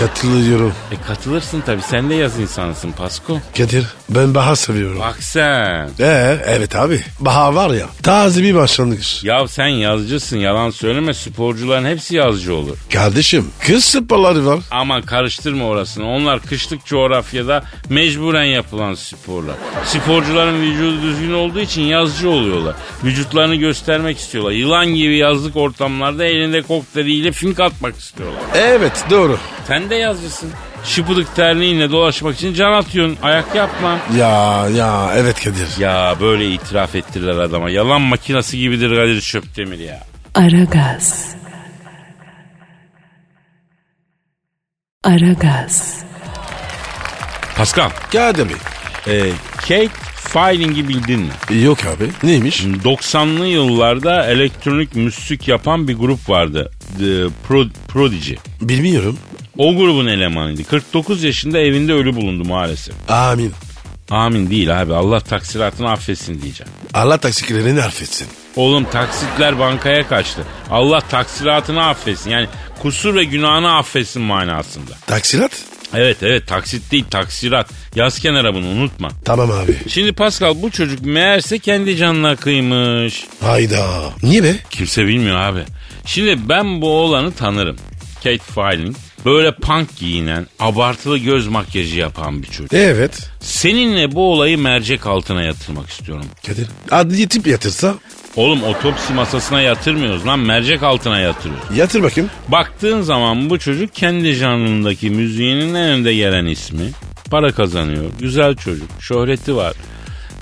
Katılıyorum. E katılırsın tabii sen de yaz insanısın Pasko. Kadir ben bahar seviyorum. Bak sen. Ee, evet abi. Bahar var ya taze bir başlangıç. Ya sen yazıcısın yalan söyleme sporcuların hepsi yazıcı olur. Kardeşim kız sporları var. Ama karıştırma orasını onlar kışlık coğrafyada mecburen yapılan sporlar. Sporcuların vücudu düzgün olduğu için yazıcı oluyorlar. Vücutlarını göstermek istiyorlar. Yılan gibi yazlık ortamlarda elinde kokteyliyle fink atmak istiyorlar. Evet doğru. Sen de yazıcısın. Şıpıdık terliğinle dolaşmak için can atıyorsun. Ayak yapma. Ya ya evet Kadir. Ya böyle itiraf ettiler adama. Yalan makinası gibidir Kadir Çöptemir ya. Aragaz. Aragaz. Pascal, Kadir Bey. e, Kate Filing'i bildin mi? Yok abi. Neymiş? 90'lı yıllarda elektronik müzik yapan bir grup vardı. The Pro- Prodigy. Bilmiyorum. O grubun elemanıydı. 49 yaşında evinde ölü bulundu maalesef. Amin. Amin değil abi Allah taksiratını affetsin diyeceğim. Allah taksiklerini affetsin. Oğlum taksitler bankaya kaçtı. Allah taksiratını affetsin. Yani kusur ve günahını affetsin manasında. Taksilat? Evet evet taksit değil taksirat. Yaz kenara bunu unutma. Tamam abi. Şimdi Pascal bu çocuk meğerse kendi canına kıymış. Hayda. Niye be? Kimse bilmiyor abi. Şimdi ben bu oğlanı tanırım. Kate Filing. Böyle punk giyinen, abartılı göz makyajı yapan bir çocuk. Evet. Seninle bu olayı mercek altına yatırmak istiyorum. Kadir. Adli tip yatırsa Oğlum otopsi masasına yatırmıyoruz lan mercek altına yatırıyoruz. yatır bakayım. Baktığın zaman bu çocuk kendi janrındaki müziğinin en önde gelen ismi. Para kazanıyor. Güzel çocuk. Şöhreti var.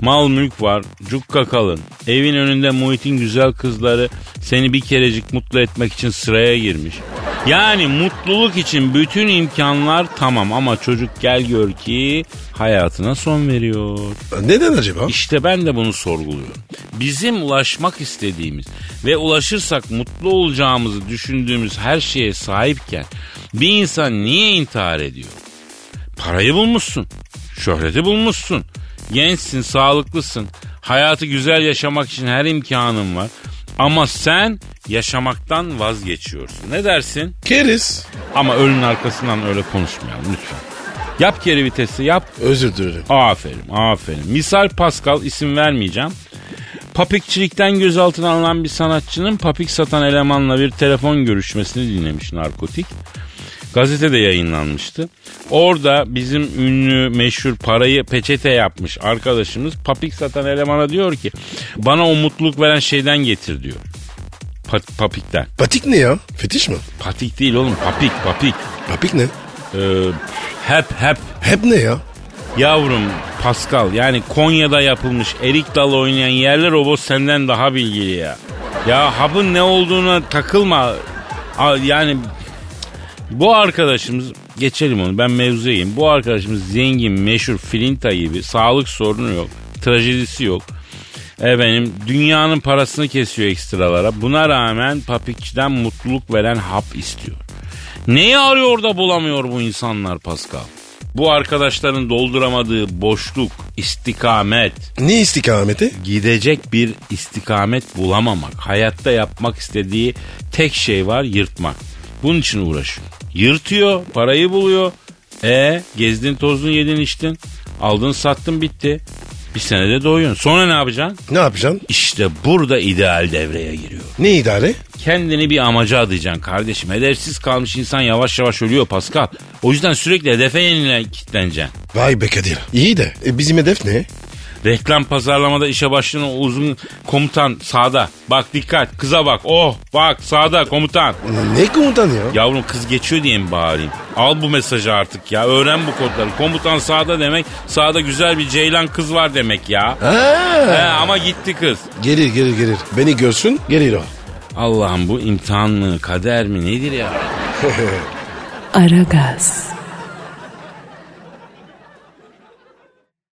Mal mülk var. Cukka kalın. Evin önünde Muhit'in güzel kızları seni bir kerecik mutlu etmek için sıraya girmiş. Yani mutluluk için bütün imkanlar tamam ama çocuk gel gör ki hayatına son veriyor. Neden acaba? İşte ben de bunu sorguluyorum. Bizim ulaşmak istediğimiz ve ulaşırsak mutlu olacağımızı düşündüğümüz her şeye sahipken bir insan niye intihar ediyor? Parayı bulmuşsun. Şöhreti bulmuşsun. Gençsin, sağlıklısın. Hayatı güzel yaşamak için her imkanın var. Ama sen yaşamaktan vazgeçiyorsun. Ne dersin? Keriz. Ama ölünün arkasından öyle konuşmayalım lütfen. Yap geri vitesi yap Özür dilerim. Aferin aferin. Misal Pascal isim vermeyeceğim. Papikçilikten gözaltına alınan bir sanatçının papik satan elemanla bir telefon görüşmesini dinlemiş narkotik. Gazetede yayınlanmıştı. Orada bizim ünlü meşhur parayı peçete yapmış arkadaşımız papik satan elemana diyor ki bana o mutluluk veren şeyden getir diyor. Pa- papikten. Patik ne ya? Fetiş mi? Patik değil oğlum papik papik. Papik ne? Ee, hep hep Hep ne ya? Yavrum Pascal yani Konya'da yapılmış erik dalı oynayan yerli robot senden daha bilgili ya. Ya hapın ne olduğuna takılma. A- Yani bu arkadaşımız geçelim onu ben mevzuya gireyim. Bu arkadaşımız zengin meşhur filinta gibi sağlık sorunu yok. Trajedisi yok. Efendim dünyanın parasını kesiyor ekstralara. Buna rağmen papikçiden mutluluk veren hap istiyor. Neyi arıyor da bulamıyor bu insanlar Pascal? Bu arkadaşların dolduramadığı boşluk, istikamet, Ne istikameti? gidecek bir istikamet bulamamak, hayatta yapmak istediği tek şey var yırtmak. Bunun için uğraşıyor. Yırtıyor, parayı buluyor. E gezdin tozdun yedin içtin. Aldın sattın bitti. Bir senede doyuyorsun. Sonra ne yapacaksın? Ne yapacaksın? İşte burada ideal devreye giriyor. Ne idare? Kendini bir amaca adayacaksın kardeşim. Hedefsiz kalmış insan yavaş yavaş ölüyor Pascal. O yüzden sürekli hedefe yenile kitleneceksin. Vay be Kadir. İyi de e, bizim hedef ne? Reklam pazarlamada işe başlayan o uzun komutan sağda. Bak dikkat kıza bak. Oh bak sağda komutan. Ne komutan ya? Yavrum kız geçiyor diye mi bağırayım? Al bu mesajı artık ya. Öğren bu kodları. Komutan sağda demek. Sağda güzel bir ceylan kız var demek ya. He, Ha. ama gitti kız. Gelir gelir gelir. Beni görsün gelir o. Allah'ım bu imtihan mı kader mi nedir ya? Aragaz.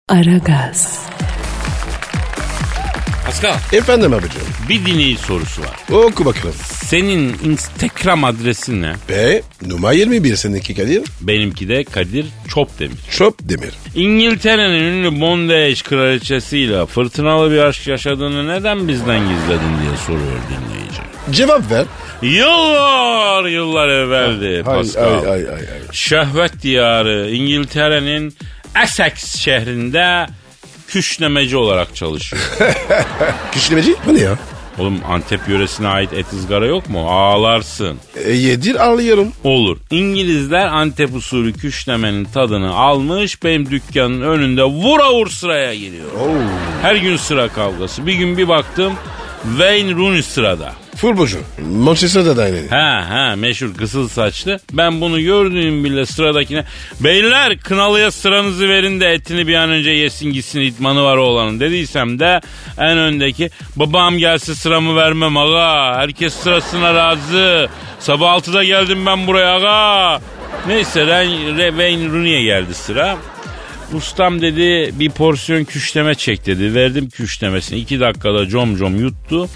Aragaz. Pascal Efendim abicim. bir dinleyici sorusu var. Oku bakalım. Senin Instagram adresin ne? Ve numara 21 seninki Kadir. Benimki de Kadir Çopdemir. Çöp demir. İngiltere'nin ünlü Bondage kraliçesiyle fırtınalı bir aşk yaşadığını neden bizden gizledin diye soruyor dinleyici. Cevap ver. Yıllar yıllar evveldi Ay, Pascal. ay, ay, ay, ay. Şehvet diyarı İngiltere'nin Essex şehrinde küşlemeci olarak çalışıyor. Kişilemeci bu ne ya? Oğlum Antep yöresine ait et ızgara yok mu? Ağlarsın. E, yedir ağlıyorum. Olur. İngilizler Antep usulü küşlemenin tadını almış. Benim dükkanın önünde vura vur sıraya giriyor. Her gün sıra kavgası. Bir gün bir baktım Wayne Rooney sırada. Futbolcu. Manchester'da da aynı. Ha ha meşhur kısıl saçlı. Ben bunu gördüğüm bile sıradakine beyler kınalıya sıranızı verin de etini bir an önce yesin gitsin itmanı var oğlanın dediysem de en öndeki babam gelse sıramı vermem aga herkes sırasına razı sabah 6'da geldim ben buraya aga. Neyse Ren, Re, Wayne Rooney'e geldi sıra. Ustam dedi bir porsiyon küşleme çek dedi. Verdim küşlemesini. iki dakikada com com yuttu.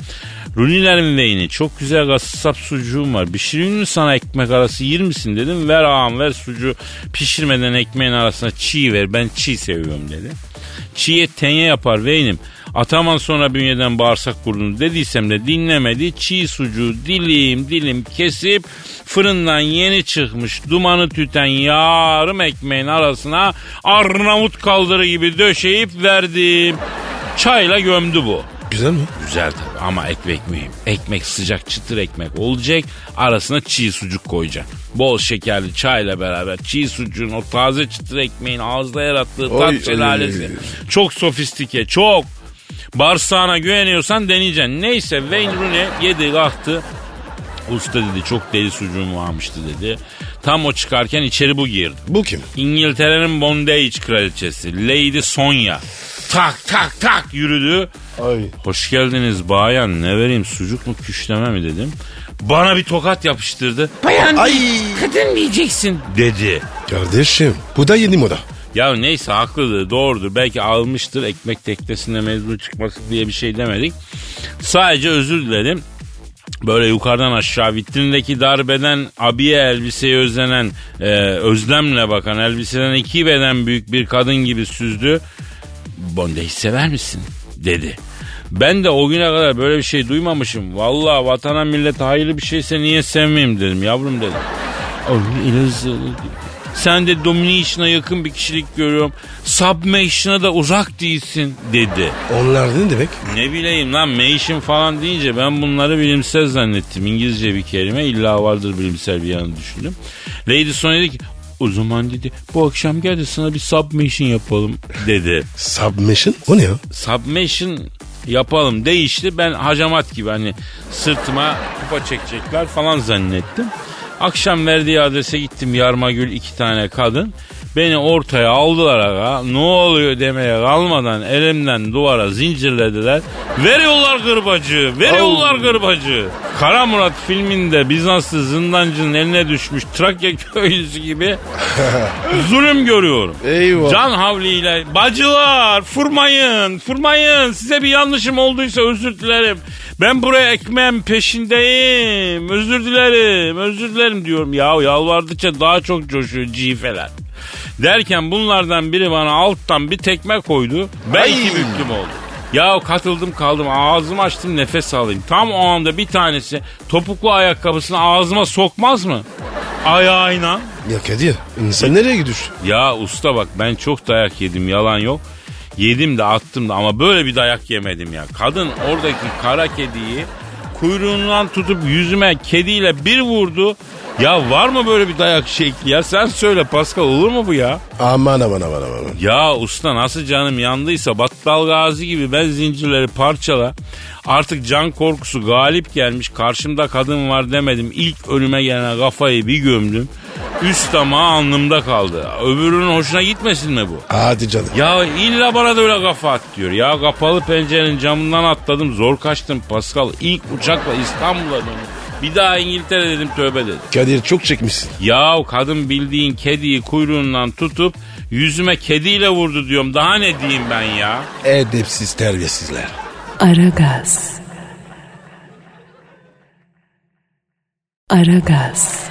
Runilerin veyni çok güzel gassap sucuğum var. Pişireyim mi sana ekmek arası yer misin dedim. Ver ağam ver sucuğu pişirmeden ekmeğin arasına çiğ ver. Ben çiğ seviyorum dedi. Çiğ et tenye yapar veynim. Ataman sonra bünyeden bağırsak kurdunu dediysem de dinlemedi. Çiğ sucuğu dilim dilim kesip fırından yeni çıkmış dumanı tüten yarım ekmeğin arasına Arnavut kaldırı gibi döşeyip verdim. Çayla gömdü bu. Güzel mi? Güzel tabii ama ekmek mühim. Ekmek sıcak çıtır ekmek olacak. Arasına çiğ sucuk koyacaksın. Bol şekerli çayla beraber çiğ sucuğun o taze çıtır ekmeğin ağızda yarattığı Oy, oy, tat şelalesi. oy, oy. Çok sofistike çok. Bağırsağına güveniyorsan deneyeceksin. Neyse Wayne Rooney yedi kalktı. Usta dedi çok deli sucuğum varmıştı dedi. Tam o çıkarken içeri bu girdi. Bu kim? İngiltere'nin Bondage kraliçesi Lady Sonya. Tak tak tak yürüdü. Ay. Hoş geldiniz bayan ne vereyim sucuk mu küşleme mi dedim. Bana bir tokat yapıştırdı. Bayan Ay. kadın diyeceksin dedi. Kardeşim bu da yeni moda. Ya neyse haklıdır doğrudur belki almıştır ekmek teknesinde mezun çıkması diye bir şey demedik. Sadece özür diledim. Böyle yukarıdan aşağı vitrindeki darbeden abiye elbiseye özlenen e, özlemle bakan elbiseden iki beden büyük bir kadın gibi süzdü. Bondage sever misin? dedi. Ben de o güne kadar böyle bir şey duymamışım. Vallahi vatana millete hayırlı bir şeyse niye sevmeyeyim dedim yavrum dedim. Oğlum İlazığlı diyor. Sen de domination'a yakın bir kişilik görüyorum. Submission'a da uzak değilsin dedi. Onlar ne demek? Ne bileyim lan Mation falan deyince ben bunları bilimsel zannettim. İngilizce bir kelime illa vardır bilimsel bir yanı düşündüm. Lady Sonya dedi ki o zaman dedi bu akşam gel de sana bir submission yapalım dedi. Submission? O ne ya? submission yapalım değişti. Ben hacamat gibi hani sırtıma kupa çekecekler falan zannettim. Akşam verdiği adrese gittim Yarmagül iki tane kadın. Beni ortaya aldılar aga. Ne oluyor demeye kalmadan elimden duvara zincirlediler. Veriyorlar gırbacı. Veriyorlar gırbacı. Kara Murat filminde Bizanslı zindancının eline düşmüş Trakya köylüsü gibi zulüm görüyorum. Eyvah. Can havliyle bacılar fırmayın fırmayın size bir yanlışım olduysa özür dilerim. Ben buraya ekmem peşindeyim özür dilerim özür dilerim diyorum. Ya yalvardıkça daha çok coşuyor cifeler. Derken bunlardan biri bana alttan bir tekme koydu. Ben Ay. iki büklüm oldum. Ya katıldım kaldım ağzımı açtım nefes alayım. Tam o anda bir tanesi topuklu ayakkabısını ağzıma sokmaz mı? Ayağıyla. Ya Kadir insan nereye gidiyor? Ya usta bak ben çok dayak yedim yalan yok. Yedim de attım da ama böyle bir dayak yemedim ya. Kadın oradaki kara kediyi kuyruğundan tutup yüzüme kediyle bir vurdu. Ya var mı böyle bir dayak şekli ya? Sen söyle Pascal olur mu bu ya? Aman aman aman aman. Ya usta nasıl canım yandıysa battal gazi gibi ben zincirleri parçala. Artık can korkusu galip gelmiş karşımda kadın var demedim. İlk ölüme gelen kafayı bir gömdüm. Üst damağı alnımda kaldı. Öbürünün hoşuna gitmesin mi bu? Hadi canım. Ya illa bana da öyle kafa at diyor. Ya kapalı pencerenin camından atladım. Zor kaçtım Pascal. İlk uçakla İstanbul'a döndüm. Bir daha İngiltere dedim tövbe dedim. Kadir çok çekmişsin. Yahu kadın bildiğin kediyi kuyruğundan tutup yüzüme kediyle vurdu diyorum. Daha ne diyeyim ben ya? Edepsiz terbiyesizler. Aragaz. Aragaz.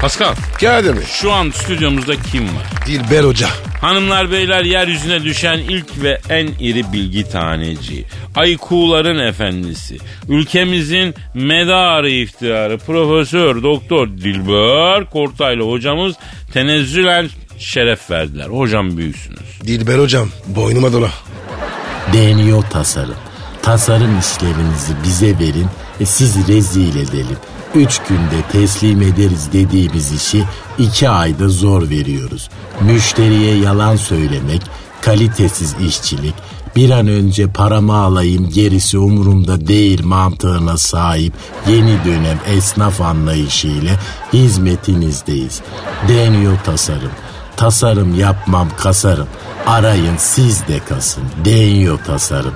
Pascal Kadir Bey. şu an stüdyomuzda kim var? Dilber Hoca. Hanımlar beyler yeryüzüne düşen ilk ve en iri bilgi taneci. Aykuların efendisi. Ülkemizin medarı iftiharı. Profesör Doktor Dilber Kortaylı hocamız tenezzülen şeref verdiler. Hocam büyüsünüz. Dilber Hocam boynuma dola. Deniyor tasarım. Tasarım işlevinizi bize verin, e, sizi rezil edelim. Üç günde teslim ederiz dediğimiz işi iki ayda zor veriyoruz. Müşteriye yalan söylemek, kalitesiz işçilik, bir an önce paramı alayım gerisi umurumda değil mantığına sahip yeni dönem esnaf anlayışıyla hizmetinizdeyiz. Deniyor tasarım. Tasarım yapmam kasarım. Arayın siz de kasın. Deniyor tasarım.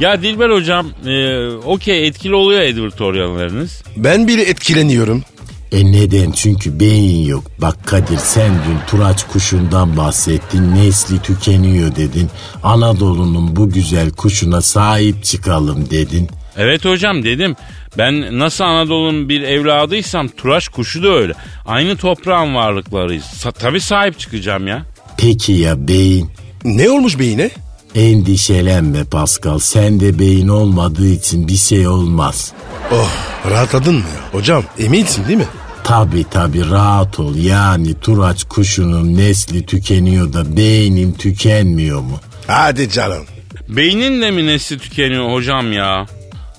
Ya Dilber hocam e, okey etkili oluyor editorialleriniz. Ben bile etkileniyorum. E neden? Çünkü beyin yok. Bak Kadir sen dün turaç kuşundan bahsettin. Nesli tükeniyor dedin. Anadolu'nun bu güzel kuşuna sahip çıkalım dedin. Evet hocam dedim. Ben nasıl Anadolu'nun bir evladıysam Turaş kuşu da öyle. Aynı toprağın varlıklarıyız. Sa- tabii sahip çıkacağım ya. Peki ya beyin? Ne olmuş beyine? Endişelenme Pascal. Sende beyin olmadığı için bir şey olmaz. Oh rahatladın mı ya? Hocam eminsin değil mi? Tabi tabi rahat ol yani turaç kuşunun nesli tükeniyor da beynin tükenmiyor mu? Hadi canım. Beynin de mi nesli tükeniyor hocam ya?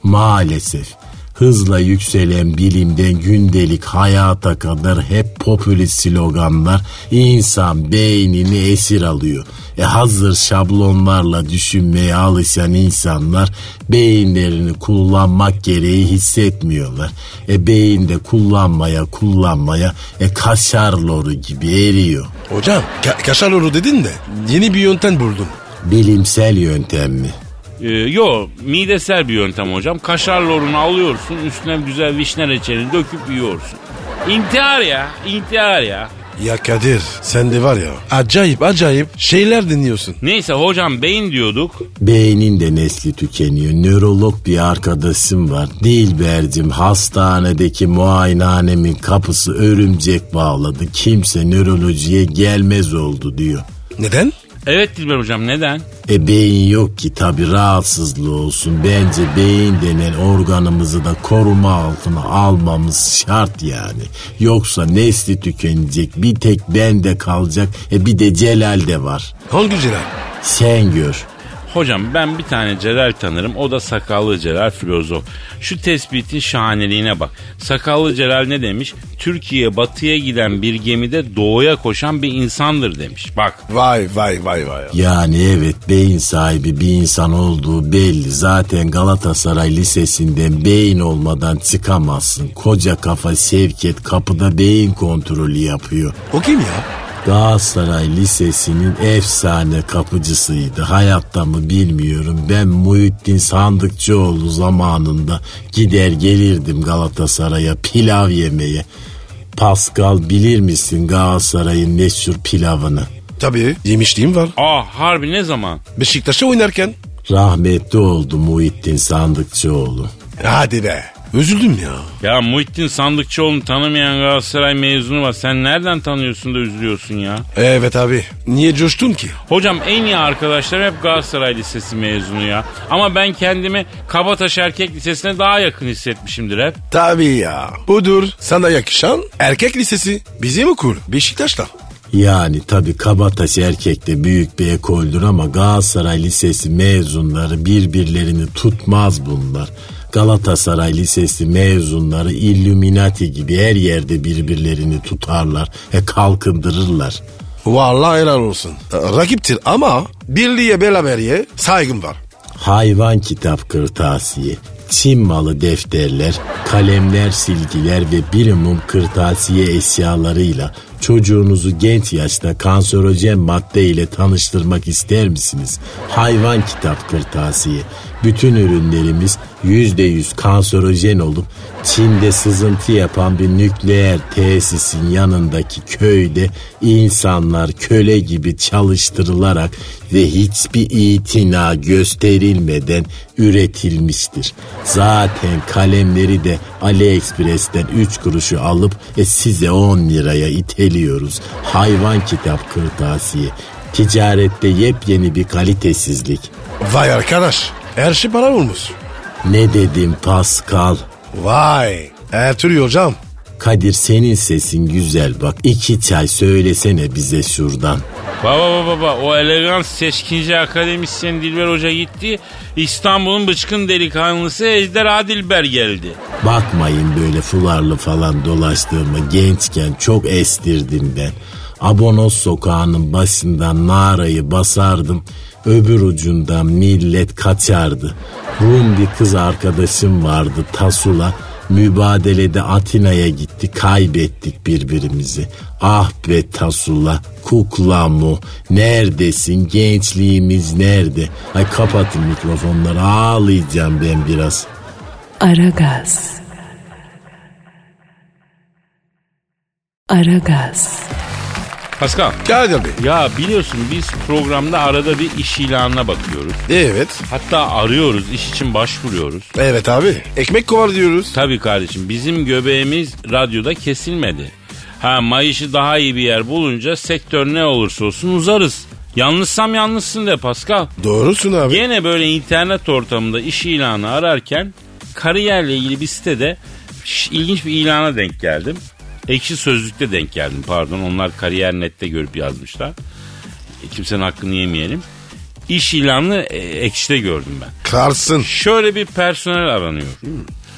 Maalesef hızla yükselen bilimden gündelik hayata kadar hep popülist sloganlar insan beynini esir alıyor. E hazır şablonlarla düşünmeye alışan insanlar beyinlerini kullanmak gereği hissetmiyorlar. E beyin de kullanmaya kullanmaya e kaşar loru gibi eriyor. Hocam ka- kaşar oru dedin de yeni bir yöntem buldum. Bilimsel yöntem mi? Ee, yo midesel bir yöntem hocam. Kaşar lorunu alıyorsun üstüne güzel vişne reçelini döküp yiyorsun. İntihar ya intihar ya. Ya Kadir sen de var ya acayip acayip şeyler dinliyorsun. Neyse hocam beyin diyorduk. Beynin de nesli tükeniyor. Nörolog bir arkadaşım var. Dilbercim hastanedeki muayenehanemin kapısı örümcek bağladı. Kimse nörolojiye gelmez oldu diyor. Neden? Evet Dilber hocam neden? E beyin yok ki tabi rahatsızlığı olsun. Bence beyin denen organımızı da koruma altına almamız şart yani. Yoksa nesli tükenecek bir tek bende kalacak e bir de Celal de var. Hangi Celal? Sen gör. Hocam ben bir tane Celal tanırım. O da sakallı Celal filozof. Şu tespitin şahaneliğine bak. Sakallı Celal ne demiş? Türkiye batıya giden bir gemide doğuya koşan bir insandır demiş. Bak Vay vay vay vay. ya. Yani evet beyin sahibi bir insan olduğu belli. Zaten Galatasaray Lisesi'nden beyin olmadan çıkamazsın. Koca kafa Sevket kapıda beyin kontrolü yapıyor. O kim ya? Galatasaray Lisesi'nin efsane kapıcısıydı. Hayatta mı bilmiyorum. Ben Muhittin Sandıkçıoğlu zamanında gider gelirdim Galatasaray'a pilav yemeye. Pascal bilir misin Galatasaray'ın meşhur pilavını? Tabii yemişliğim var. ah harbi ne zaman? Beşiktaş'a oynarken. Rahmetli oldu Muhittin Sandıkçıoğlu. Hadi be. Üzüldüm ya. Ya Muhittin Sandıkçıoğlu'nu tanımayan Galatasaray mezunu var. Sen nereden tanıyorsun da üzülüyorsun ya? Evet abi. Niye coştun ki? Hocam en iyi arkadaşlar hep Galatasaray Lisesi mezunu ya. Ama ben kendimi Kabataş Erkek Lisesi'ne daha yakın hissetmişimdir hep. Tabii ya. Budur. Sana yakışan erkek lisesi. Bizim okul. Beşiktaş'ta. Yani tabi Kabataş erkekte büyük bir ekoldür ama Galatasaray Lisesi mezunları birbirlerini tutmaz bunlar. Galatasaray Lisesi mezunları Illuminati gibi her yerde birbirlerini tutarlar ve kalkındırırlar. Vallahi helal olsun. Ee, Rakiptir ama birliğe beraberiye saygım var. Hayvan kitap kırtasiye, Çin malı defterler, kalemler, silgiler ve birimum kırtasiye eşyalarıyla çocuğunuzu genç yaşta kanserojen madde ile tanıştırmak ister misiniz? Hayvan kitap kırtasiye. Bütün ürünlerimiz %100 kanserojen olup Çin'de sızıntı yapan bir nükleer tesisin yanındaki köyde insanlar köle gibi çalıştırılarak ve hiçbir itina gösterilmeden üretilmiştir. Zaten kalemleri de AliExpress'ten 3 kuruşu alıp e, size 10 liraya iteliyoruz. Hayvan kitap kırtasiye. Ticarette yepyeni bir kalitesizlik. Vay arkadaş. Her şey para olmuş. Ne dedim Pascal? Vay. Ertuğrul hocam. Kadir senin sesin güzel bak. iki çay söylesene bize şuradan. Baba baba baba o elegans seçkinci akademisyen Dilber Hoca gitti. İstanbul'un bıçkın delikanlısı Ejderha Dilber geldi. Bakmayın böyle fularlı falan dolaştığımı gençken çok estirdim ben. Abonos sokağının başından narayı basardım. Öbür ucundan millet kaçardı. Rum bir kız arkadaşım vardı Tasula. Mübadelede Atina'ya gitti kaybettik birbirimizi. Ah be Tasula kukla mı? Neredesin gençliğimiz nerede? Ay kapatın mikrofonları ağlayacağım ben biraz. Aragaz. Aragaz. Pascal. Kadir Bey. Ya biliyorsun biz programda arada bir iş ilanına bakıyoruz. Evet. Hatta arıyoruz, iş için başvuruyoruz. Evet abi. Ekmek kovar diyoruz. Tabii kardeşim bizim göbeğimiz radyoda kesilmedi. Ha Mayış'ı daha iyi bir yer bulunca sektör ne olursa olsun uzarız. Yanlışsam yanlışsın de Pascal. Doğrusun abi. Yine böyle internet ortamında iş ilanı ararken kariyerle ilgili bir sitede ş- ilginç bir ilana denk geldim. Ekşi Sözlük'te denk geldim pardon. Onlar kariyer nette görüp yazmışlar. E, kimsenin hakkını yemeyelim. İş ilanını e, Ekşi'de gördüm ben. Karsın. Şöyle bir personel aranıyor.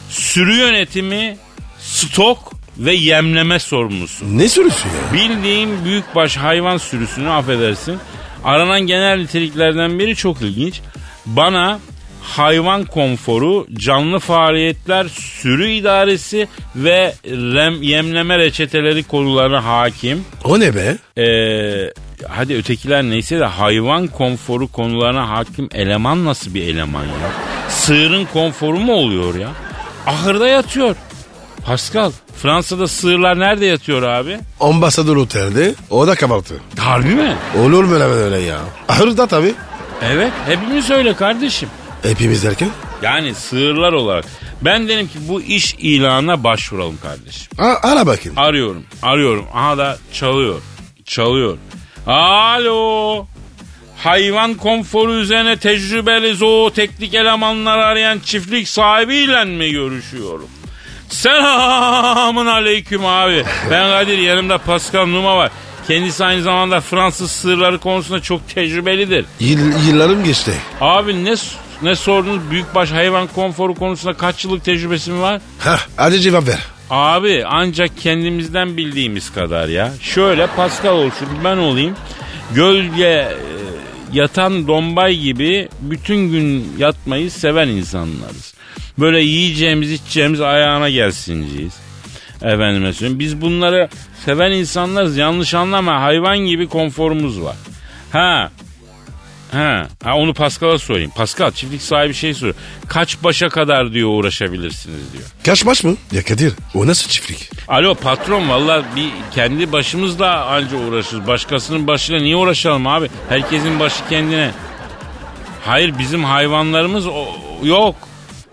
Sürü yönetimi, stok ve yemleme sorumlusu. Ne sürüsü ya? Bildiğim büyükbaş hayvan sürüsünü affedersin. Aranan genel niteliklerden biri çok ilginç. Bana hayvan konforu, canlı faaliyetler, sürü idaresi ve rem, yemleme reçeteleri konularına hakim. O ne be? Ee, hadi ötekiler neyse de hayvan konforu konularına hakim eleman nasıl bir eleman ya? Sığırın konforu mu oluyor ya? Ahırda yatıyor. Pascal, Fransa'da sığırlar nerede yatıyor abi? Ambasador otelde. O da kabartı. Harbi mi? Olur mu öyle böyle ya? Ahırda tabii. Evet hepimiz öyle kardeşim. Hepimiz derken? Yani sığırlar olarak. Ben dedim ki bu iş ilanına başvuralım kardeşim. A- ara bakayım. Arıyorum arıyorum. Aha da çalıyor. Çalıyor. Alo. Hayvan konforu üzerine tecrübeli zooteknik elemanlar arayan çiftlik sahibiyle mi görüşüyorum? Selamun aleyküm abi. Ben Kadir yanımda Pascal Numa var. Kendisi aynı zamanda Fransız sırları konusunda çok tecrübelidir. Yıl- yıllarım geçti. Abi ne s- ne sordunuz? Büyükbaş hayvan konforu konusunda kaç yıllık tecrübesi mi var? Hah hadi cevap ver. Abi ancak kendimizden bildiğimiz kadar ya. Şöyle Pascal olsun ben olayım. Gölge e, yatan dombay gibi bütün gün yatmayı seven insanlarız. Böyle yiyeceğimiz içeceğimiz ayağına gelsinciyiz. Efendime söyleyeyim. Biz bunları seven insanlarız. Yanlış anlama hayvan gibi konforumuz var. Ha Ha, ha onu Pascal'a sorayım. Pascal çiftlik sahibi şey soruyor. Kaç başa kadar diyor uğraşabilirsiniz diyor. Kaç maç mı? Ya Kadir o nasıl çiftlik? Alo patron valla bir kendi başımızla anca uğraşırız. Başkasının başıyla niye uğraşalım abi? Herkesin başı kendine. Hayır bizim hayvanlarımız o- yok.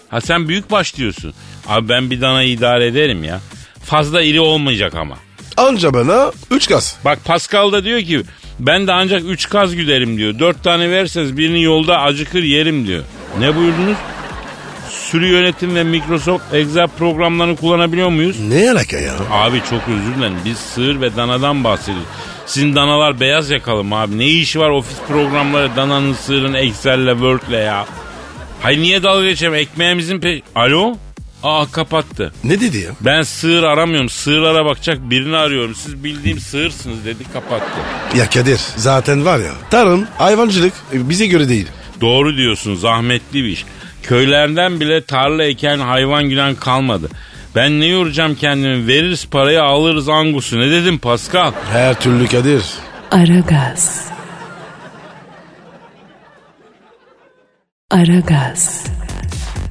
Ha sen büyük baş diyorsun. Abi ben bir dana idare ederim ya. Fazla iri olmayacak ama. Anca bana 3 gaz. Bak Pascal da diyor ki ben de ancak 3 kaz güderim diyor. 4 tane verseniz birini yolda acıkır yerim diyor. Ne buyurdunuz? Sürü yönetim ve Microsoft Excel programlarını kullanabiliyor muyuz? Ne alaka ya? Abi çok özür dilerim. Biz sığır ve danadan bahsediyoruz. Sizin danalar beyaz yakalı mı abi? Ne işi var ofis programları dananın sığırın Excel'le Word'le ya? Hay niye dalga geçeyim? Ekmeğimizin pe... Alo? Aa kapattı. Ne dedi ya? Ben sığır aramıyorum. Sığırlara bakacak birini arıyorum. Siz bildiğim sığırsınız dedi kapattı. Ya Kadir zaten var ya tarım hayvancılık e, bize göre değil. Doğru diyorsun zahmetli bir iş. Köylerden bile tarla eken hayvan gülen kalmadı. Ben ne yoracağım kendimi? Veririz parayı alırız angusu. Ne dedim Pascal? Her türlü Kadir. Aragaz. Aragaz.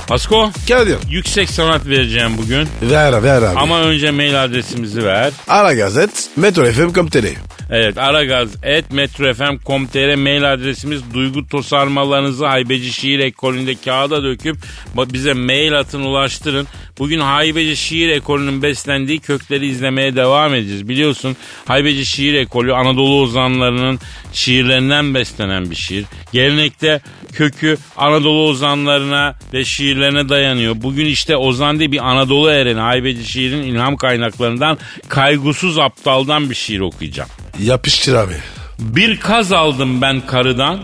Pasko? Kadir Yüksek sanat vereceğim bugün. ver ver abi. Ama önce mail adresimizi ver. Ara gazet metrofm.com.tr Evet aragaz.metrofm.com.tr mail adresimiz duygu tosarmalarınızı haybeci şiir ekolünde kağıda döküp ba- bize mail atın ulaştırın. Bugün haybeci şiir ekolünün beslendiği kökleri izlemeye devam edeceğiz. Biliyorsun haybeci şiir ekolü Anadolu ozanlarının şiirlerinden beslenen bir şiir. Gelenekte kökü Anadolu ozanlarına ve şiirlerine dayanıyor. Bugün işte ozan değil bir Anadolu ereni haybeci şiirin ilham kaynaklarından kaygısız aptaldan bir şiir okuyacağım. Yapıştır abi. Bir kaz aldım ben karıdan,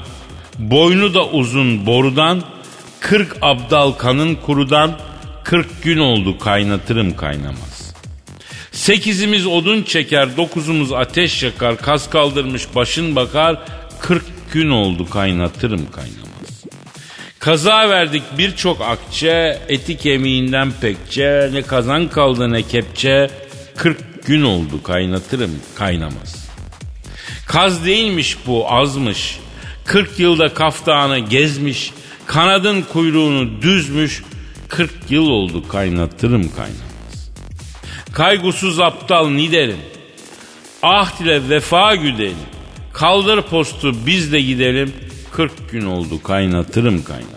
boynu da uzun borudan, kırk abdal kanın kurudan, kırk gün oldu kaynatırım kaynamaz. Sekizimiz odun çeker, dokuzumuz ateş yakar, kas kaldırmış başın bakar, kırk gün oldu kaynatırım kaynamaz. Kaza verdik birçok akçe, eti kemiğinden pekçe, ne kazan kaldı ne kepçe, kırk gün oldu kaynatırım kaynamaz. Kaz değilmiş bu azmış. 40 yılda kaftanı gezmiş. Kanadın kuyruğunu düzmüş. 40 yıl oldu kaynatırım kaynamaz. Kaygısız aptal niderim. Ah dile vefa güdelim. Kaldır postu biz de gidelim. 40 gün oldu kaynatırım kaynamaz.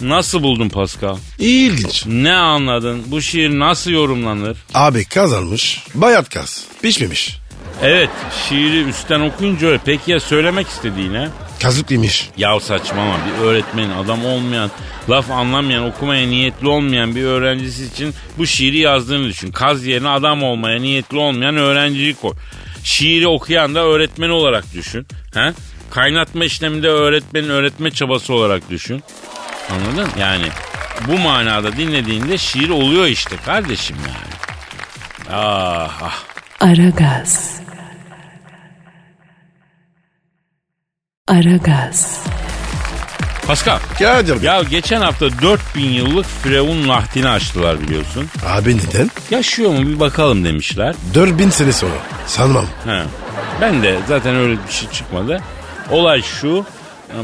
Nasıl buldun Pascal? İlginç. Ne anladın? Bu şiir nasıl yorumlanır? Abi kaz almış. Bayat kaz. Pişmemiş. Evet şiiri üstten okuyunca öyle. Peki ya söylemek istediğine? Kazıklıymış. Ya Ya saçmalama bir öğretmenin adam olmayan, laf anlamayan, okumaya niyetli olmayan bir öğrencisi için bu şiiri yazdığını düşün. Kaz yerine adam olmaya niyetli olmayan öğrenciyi koy. Şiiri okuyan da öğretmen olarak düşün. He? Kaynatma işleminde öğretmenin öğretme çabası olarak düşün. Anladın? Yani bu manada dinlediğinde şiir oluyor işte kardeşim yani. Ah ah. Aragaz. Aragaz. Pascal. Kadir. Ya geçen hafta 4000 yıllık Firavun lahdini açtılar biliyorsun. Abi neden? Yaşıyor mu bir bakalım demişler. 4000 sene sonra. Sanmam. He. Ben de zaten öyle bir şey çıkmadı. Olay şu.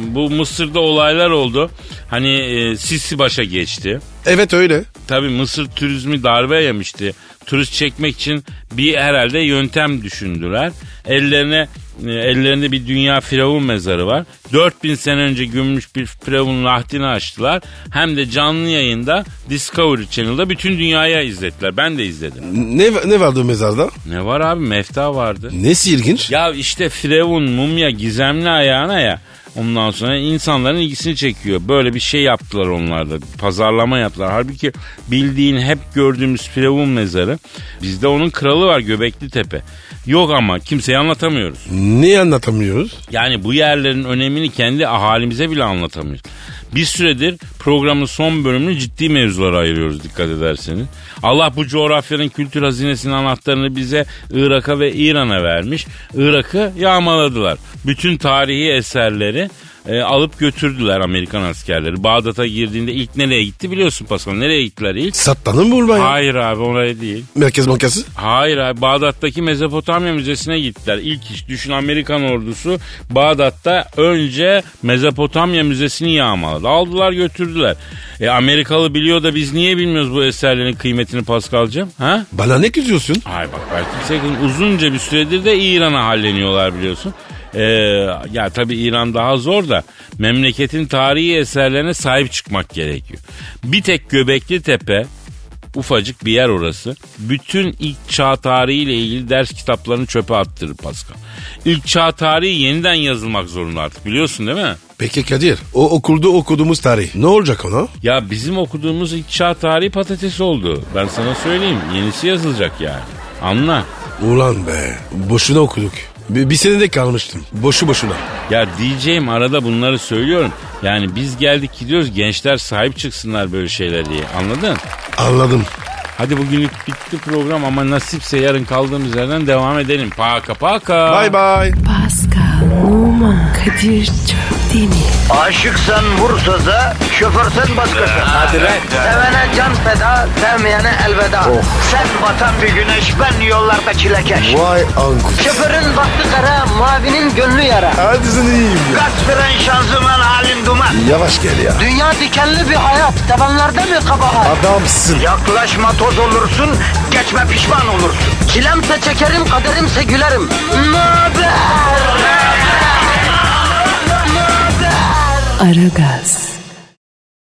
Bu Mısır'da olaylar oldu. Hani e, Sisi başa geçti. Evet öyle. Tabii Mısır turizmi darbe yemişti. Turist çekmek için bir herhalde yöntem düşündüler. Ellerine e, ellerinde bir dünya firavun mezarı var. 4000 sene önce gömülmüş bir firavun lahdini açtılar. Hem de canlı yayında Discovery Channel'da bütün dünyaya izlettiler. Ben de izledim. Ne, ne vardı mezarda? Ne var abi mefta vardı. Nesi ilginç? Ya işte Firavun mumya gizemli ayağına ya. Ondan sonra insanların ilgisini çekiyor. Böyle bir şey yaptılar onlarda. Pazarlama yaptılar. Halbuki bildiğin hep gördüğümüz Firavun mezarı. Bizde onun kralı var Göbekli Tepe. Yok ama kimseye anlatamıyoruz. Neyi anlatamıyoruz? Yani bu yerlerin önemini kendi ahalimize bile anlatamıyoruz. Bir süredir programın son bölümünü ciddi mevzulara ayırıyoruz dikkat ederseniz. Allah bu coğrafyanın kültür hazinesinin anahtarını bize Irak'a ve İran'a vermiş. Irak'ı yağmaladılar. Bütün tarihi eserleri e, alıp götürdüler Amerikan askerleri. Bağdat'a girdiğinde ilk nereye gitti biliyorsun Pascal. Nereye gittiler ilk? Sattanı mı bulma ya? Hayır abi oraya değil. Merkez Bankası? Hayır abi Bağdat'taki Mezopotamya Müzesi'ne gittiler. İlk iş düşün Amerikan ordusu Bağdat'ta önce Mezopotamya Müzesi'ni yağmaladı. Aldılar götürdüler. E Amerikalı biliyor da biz niye bilmiyoruz bu eserlerin kıymetini Paskal'cığım? Ha? Bana ne kızıyorsun? Ay bak belki kimse kızın- uzunca bir süredir de İran'a halleniyorlar biliyorsun. Ee, ya tabii İran daha zor da memleketin tarihi eserlerine sahip çıkmak gerekiyor. Bir tek Göbekli Tepe ufacık bir yer orası. Bütün ilk çağ tarihiyle ilgili ders kitaplarını çöpe attırır Pascal. İlk çağ tarihi yeniden yazılmak zorunda artık biliyorsun değil mi? Peki Kadir, o okulda okuduğumuz tarih ne olacak ona? Ya bizim okuduğumuz ilk çağ tarihi patates oldu. Ben sana söyleyeyim yenisi yazılacak yani. Anla. Ulan be, boşuna okuduk. Bir, bir senede kalmıştım, boşu boşuna. Ya diyeceğim arada bunları söylüyorum. Yani biz geldik gidiyoruz gençler sahip çıksınlar böyle şeyler diye anladın? Anladım. Hadi bugünlük bitti program ama nasipse yarın kaldığımız yerden devam edelim. Paka paka. Bye bye. Pascal, Oman, Kadir çok değil mi? Aşıksan vursa da şoförsen başkasın. Hadi be. Sevene can feda, sevmeyene elveda. Sen batan bir güneş, ben yollarda çilekeş. Oh. Vay anku. Şoförün baktı kara, mavinin gönlü yara. Hadi sen iyiyim ya. Kasperen şanzıman halin duman. Yavaş gel ya. Dünya dikenli bir hayat, sevenlerde mi kabahar? Adamsın. Yaklaşma toz olursun, geçme pişman olursun. Çilemse çekerim, kaderimse gülerim. Möber! Aragaz.